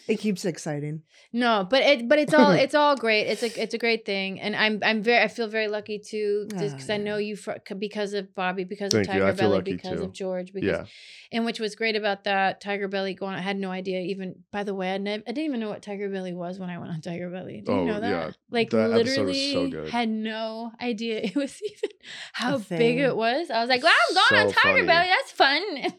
it keeps it exciting. no, but it but it's all [LAUGHS] it's all great. It's a it's a great thing, and I'm I'm very I feel very lucky too, just Ah, because I yeah. know you for, c- because of Bobby, because Thank of you. I Tiger feel Belly, lucky, because too. of George, because Yeah. and which was great about that Tiger Belly going. I had no idea even. By the way, I, nev- I didn't even know what Tiger Belly was when I went on Tiger Belly. Did Oh, you know that? yeah. like That episode was so literally good. had no idea [LAUGHS] it was even how big thing. it was. I was like, "Wow, I'm going on So Tiger funny. Belly. That's fun." [LAUGHS]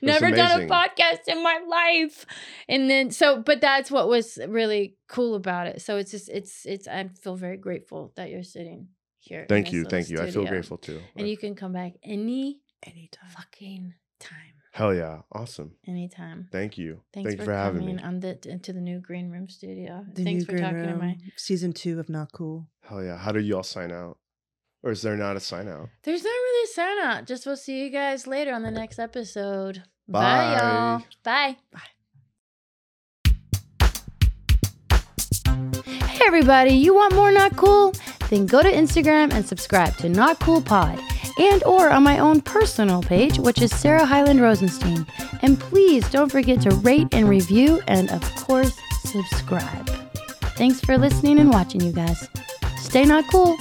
Never done a amazing. podcast in my life, and then so, but that's what was really cool about it. So it's just, it's, it's. I feel very grateful that you're sitting here. in Thank this you. little Thank you. I feel studio. grateful too. And you can come back any Anytime. fucking time. Hell yeah. Awesome. Anytime. Thank you. Thanks Thank you for, for having coming me. on the into the new green room studio. The Thanks new for green talking room, to my. season two of Not Cool. Hell yeah. How do y'all sign out? Or is there not a sign out? There's not really a sign out. Just we'll see you guys later on the next episode. Bye Bye. y'all. Bye. Hey everybody, you want more Not Cool? Then go to Instagram and subscribe to Not Cool Pod and or on my own personal page, which is Sarah Highland Rosenstein. And please don't forget to rate and review and of course subscribe. Thanks for listening and watching you guys. Stay not cool.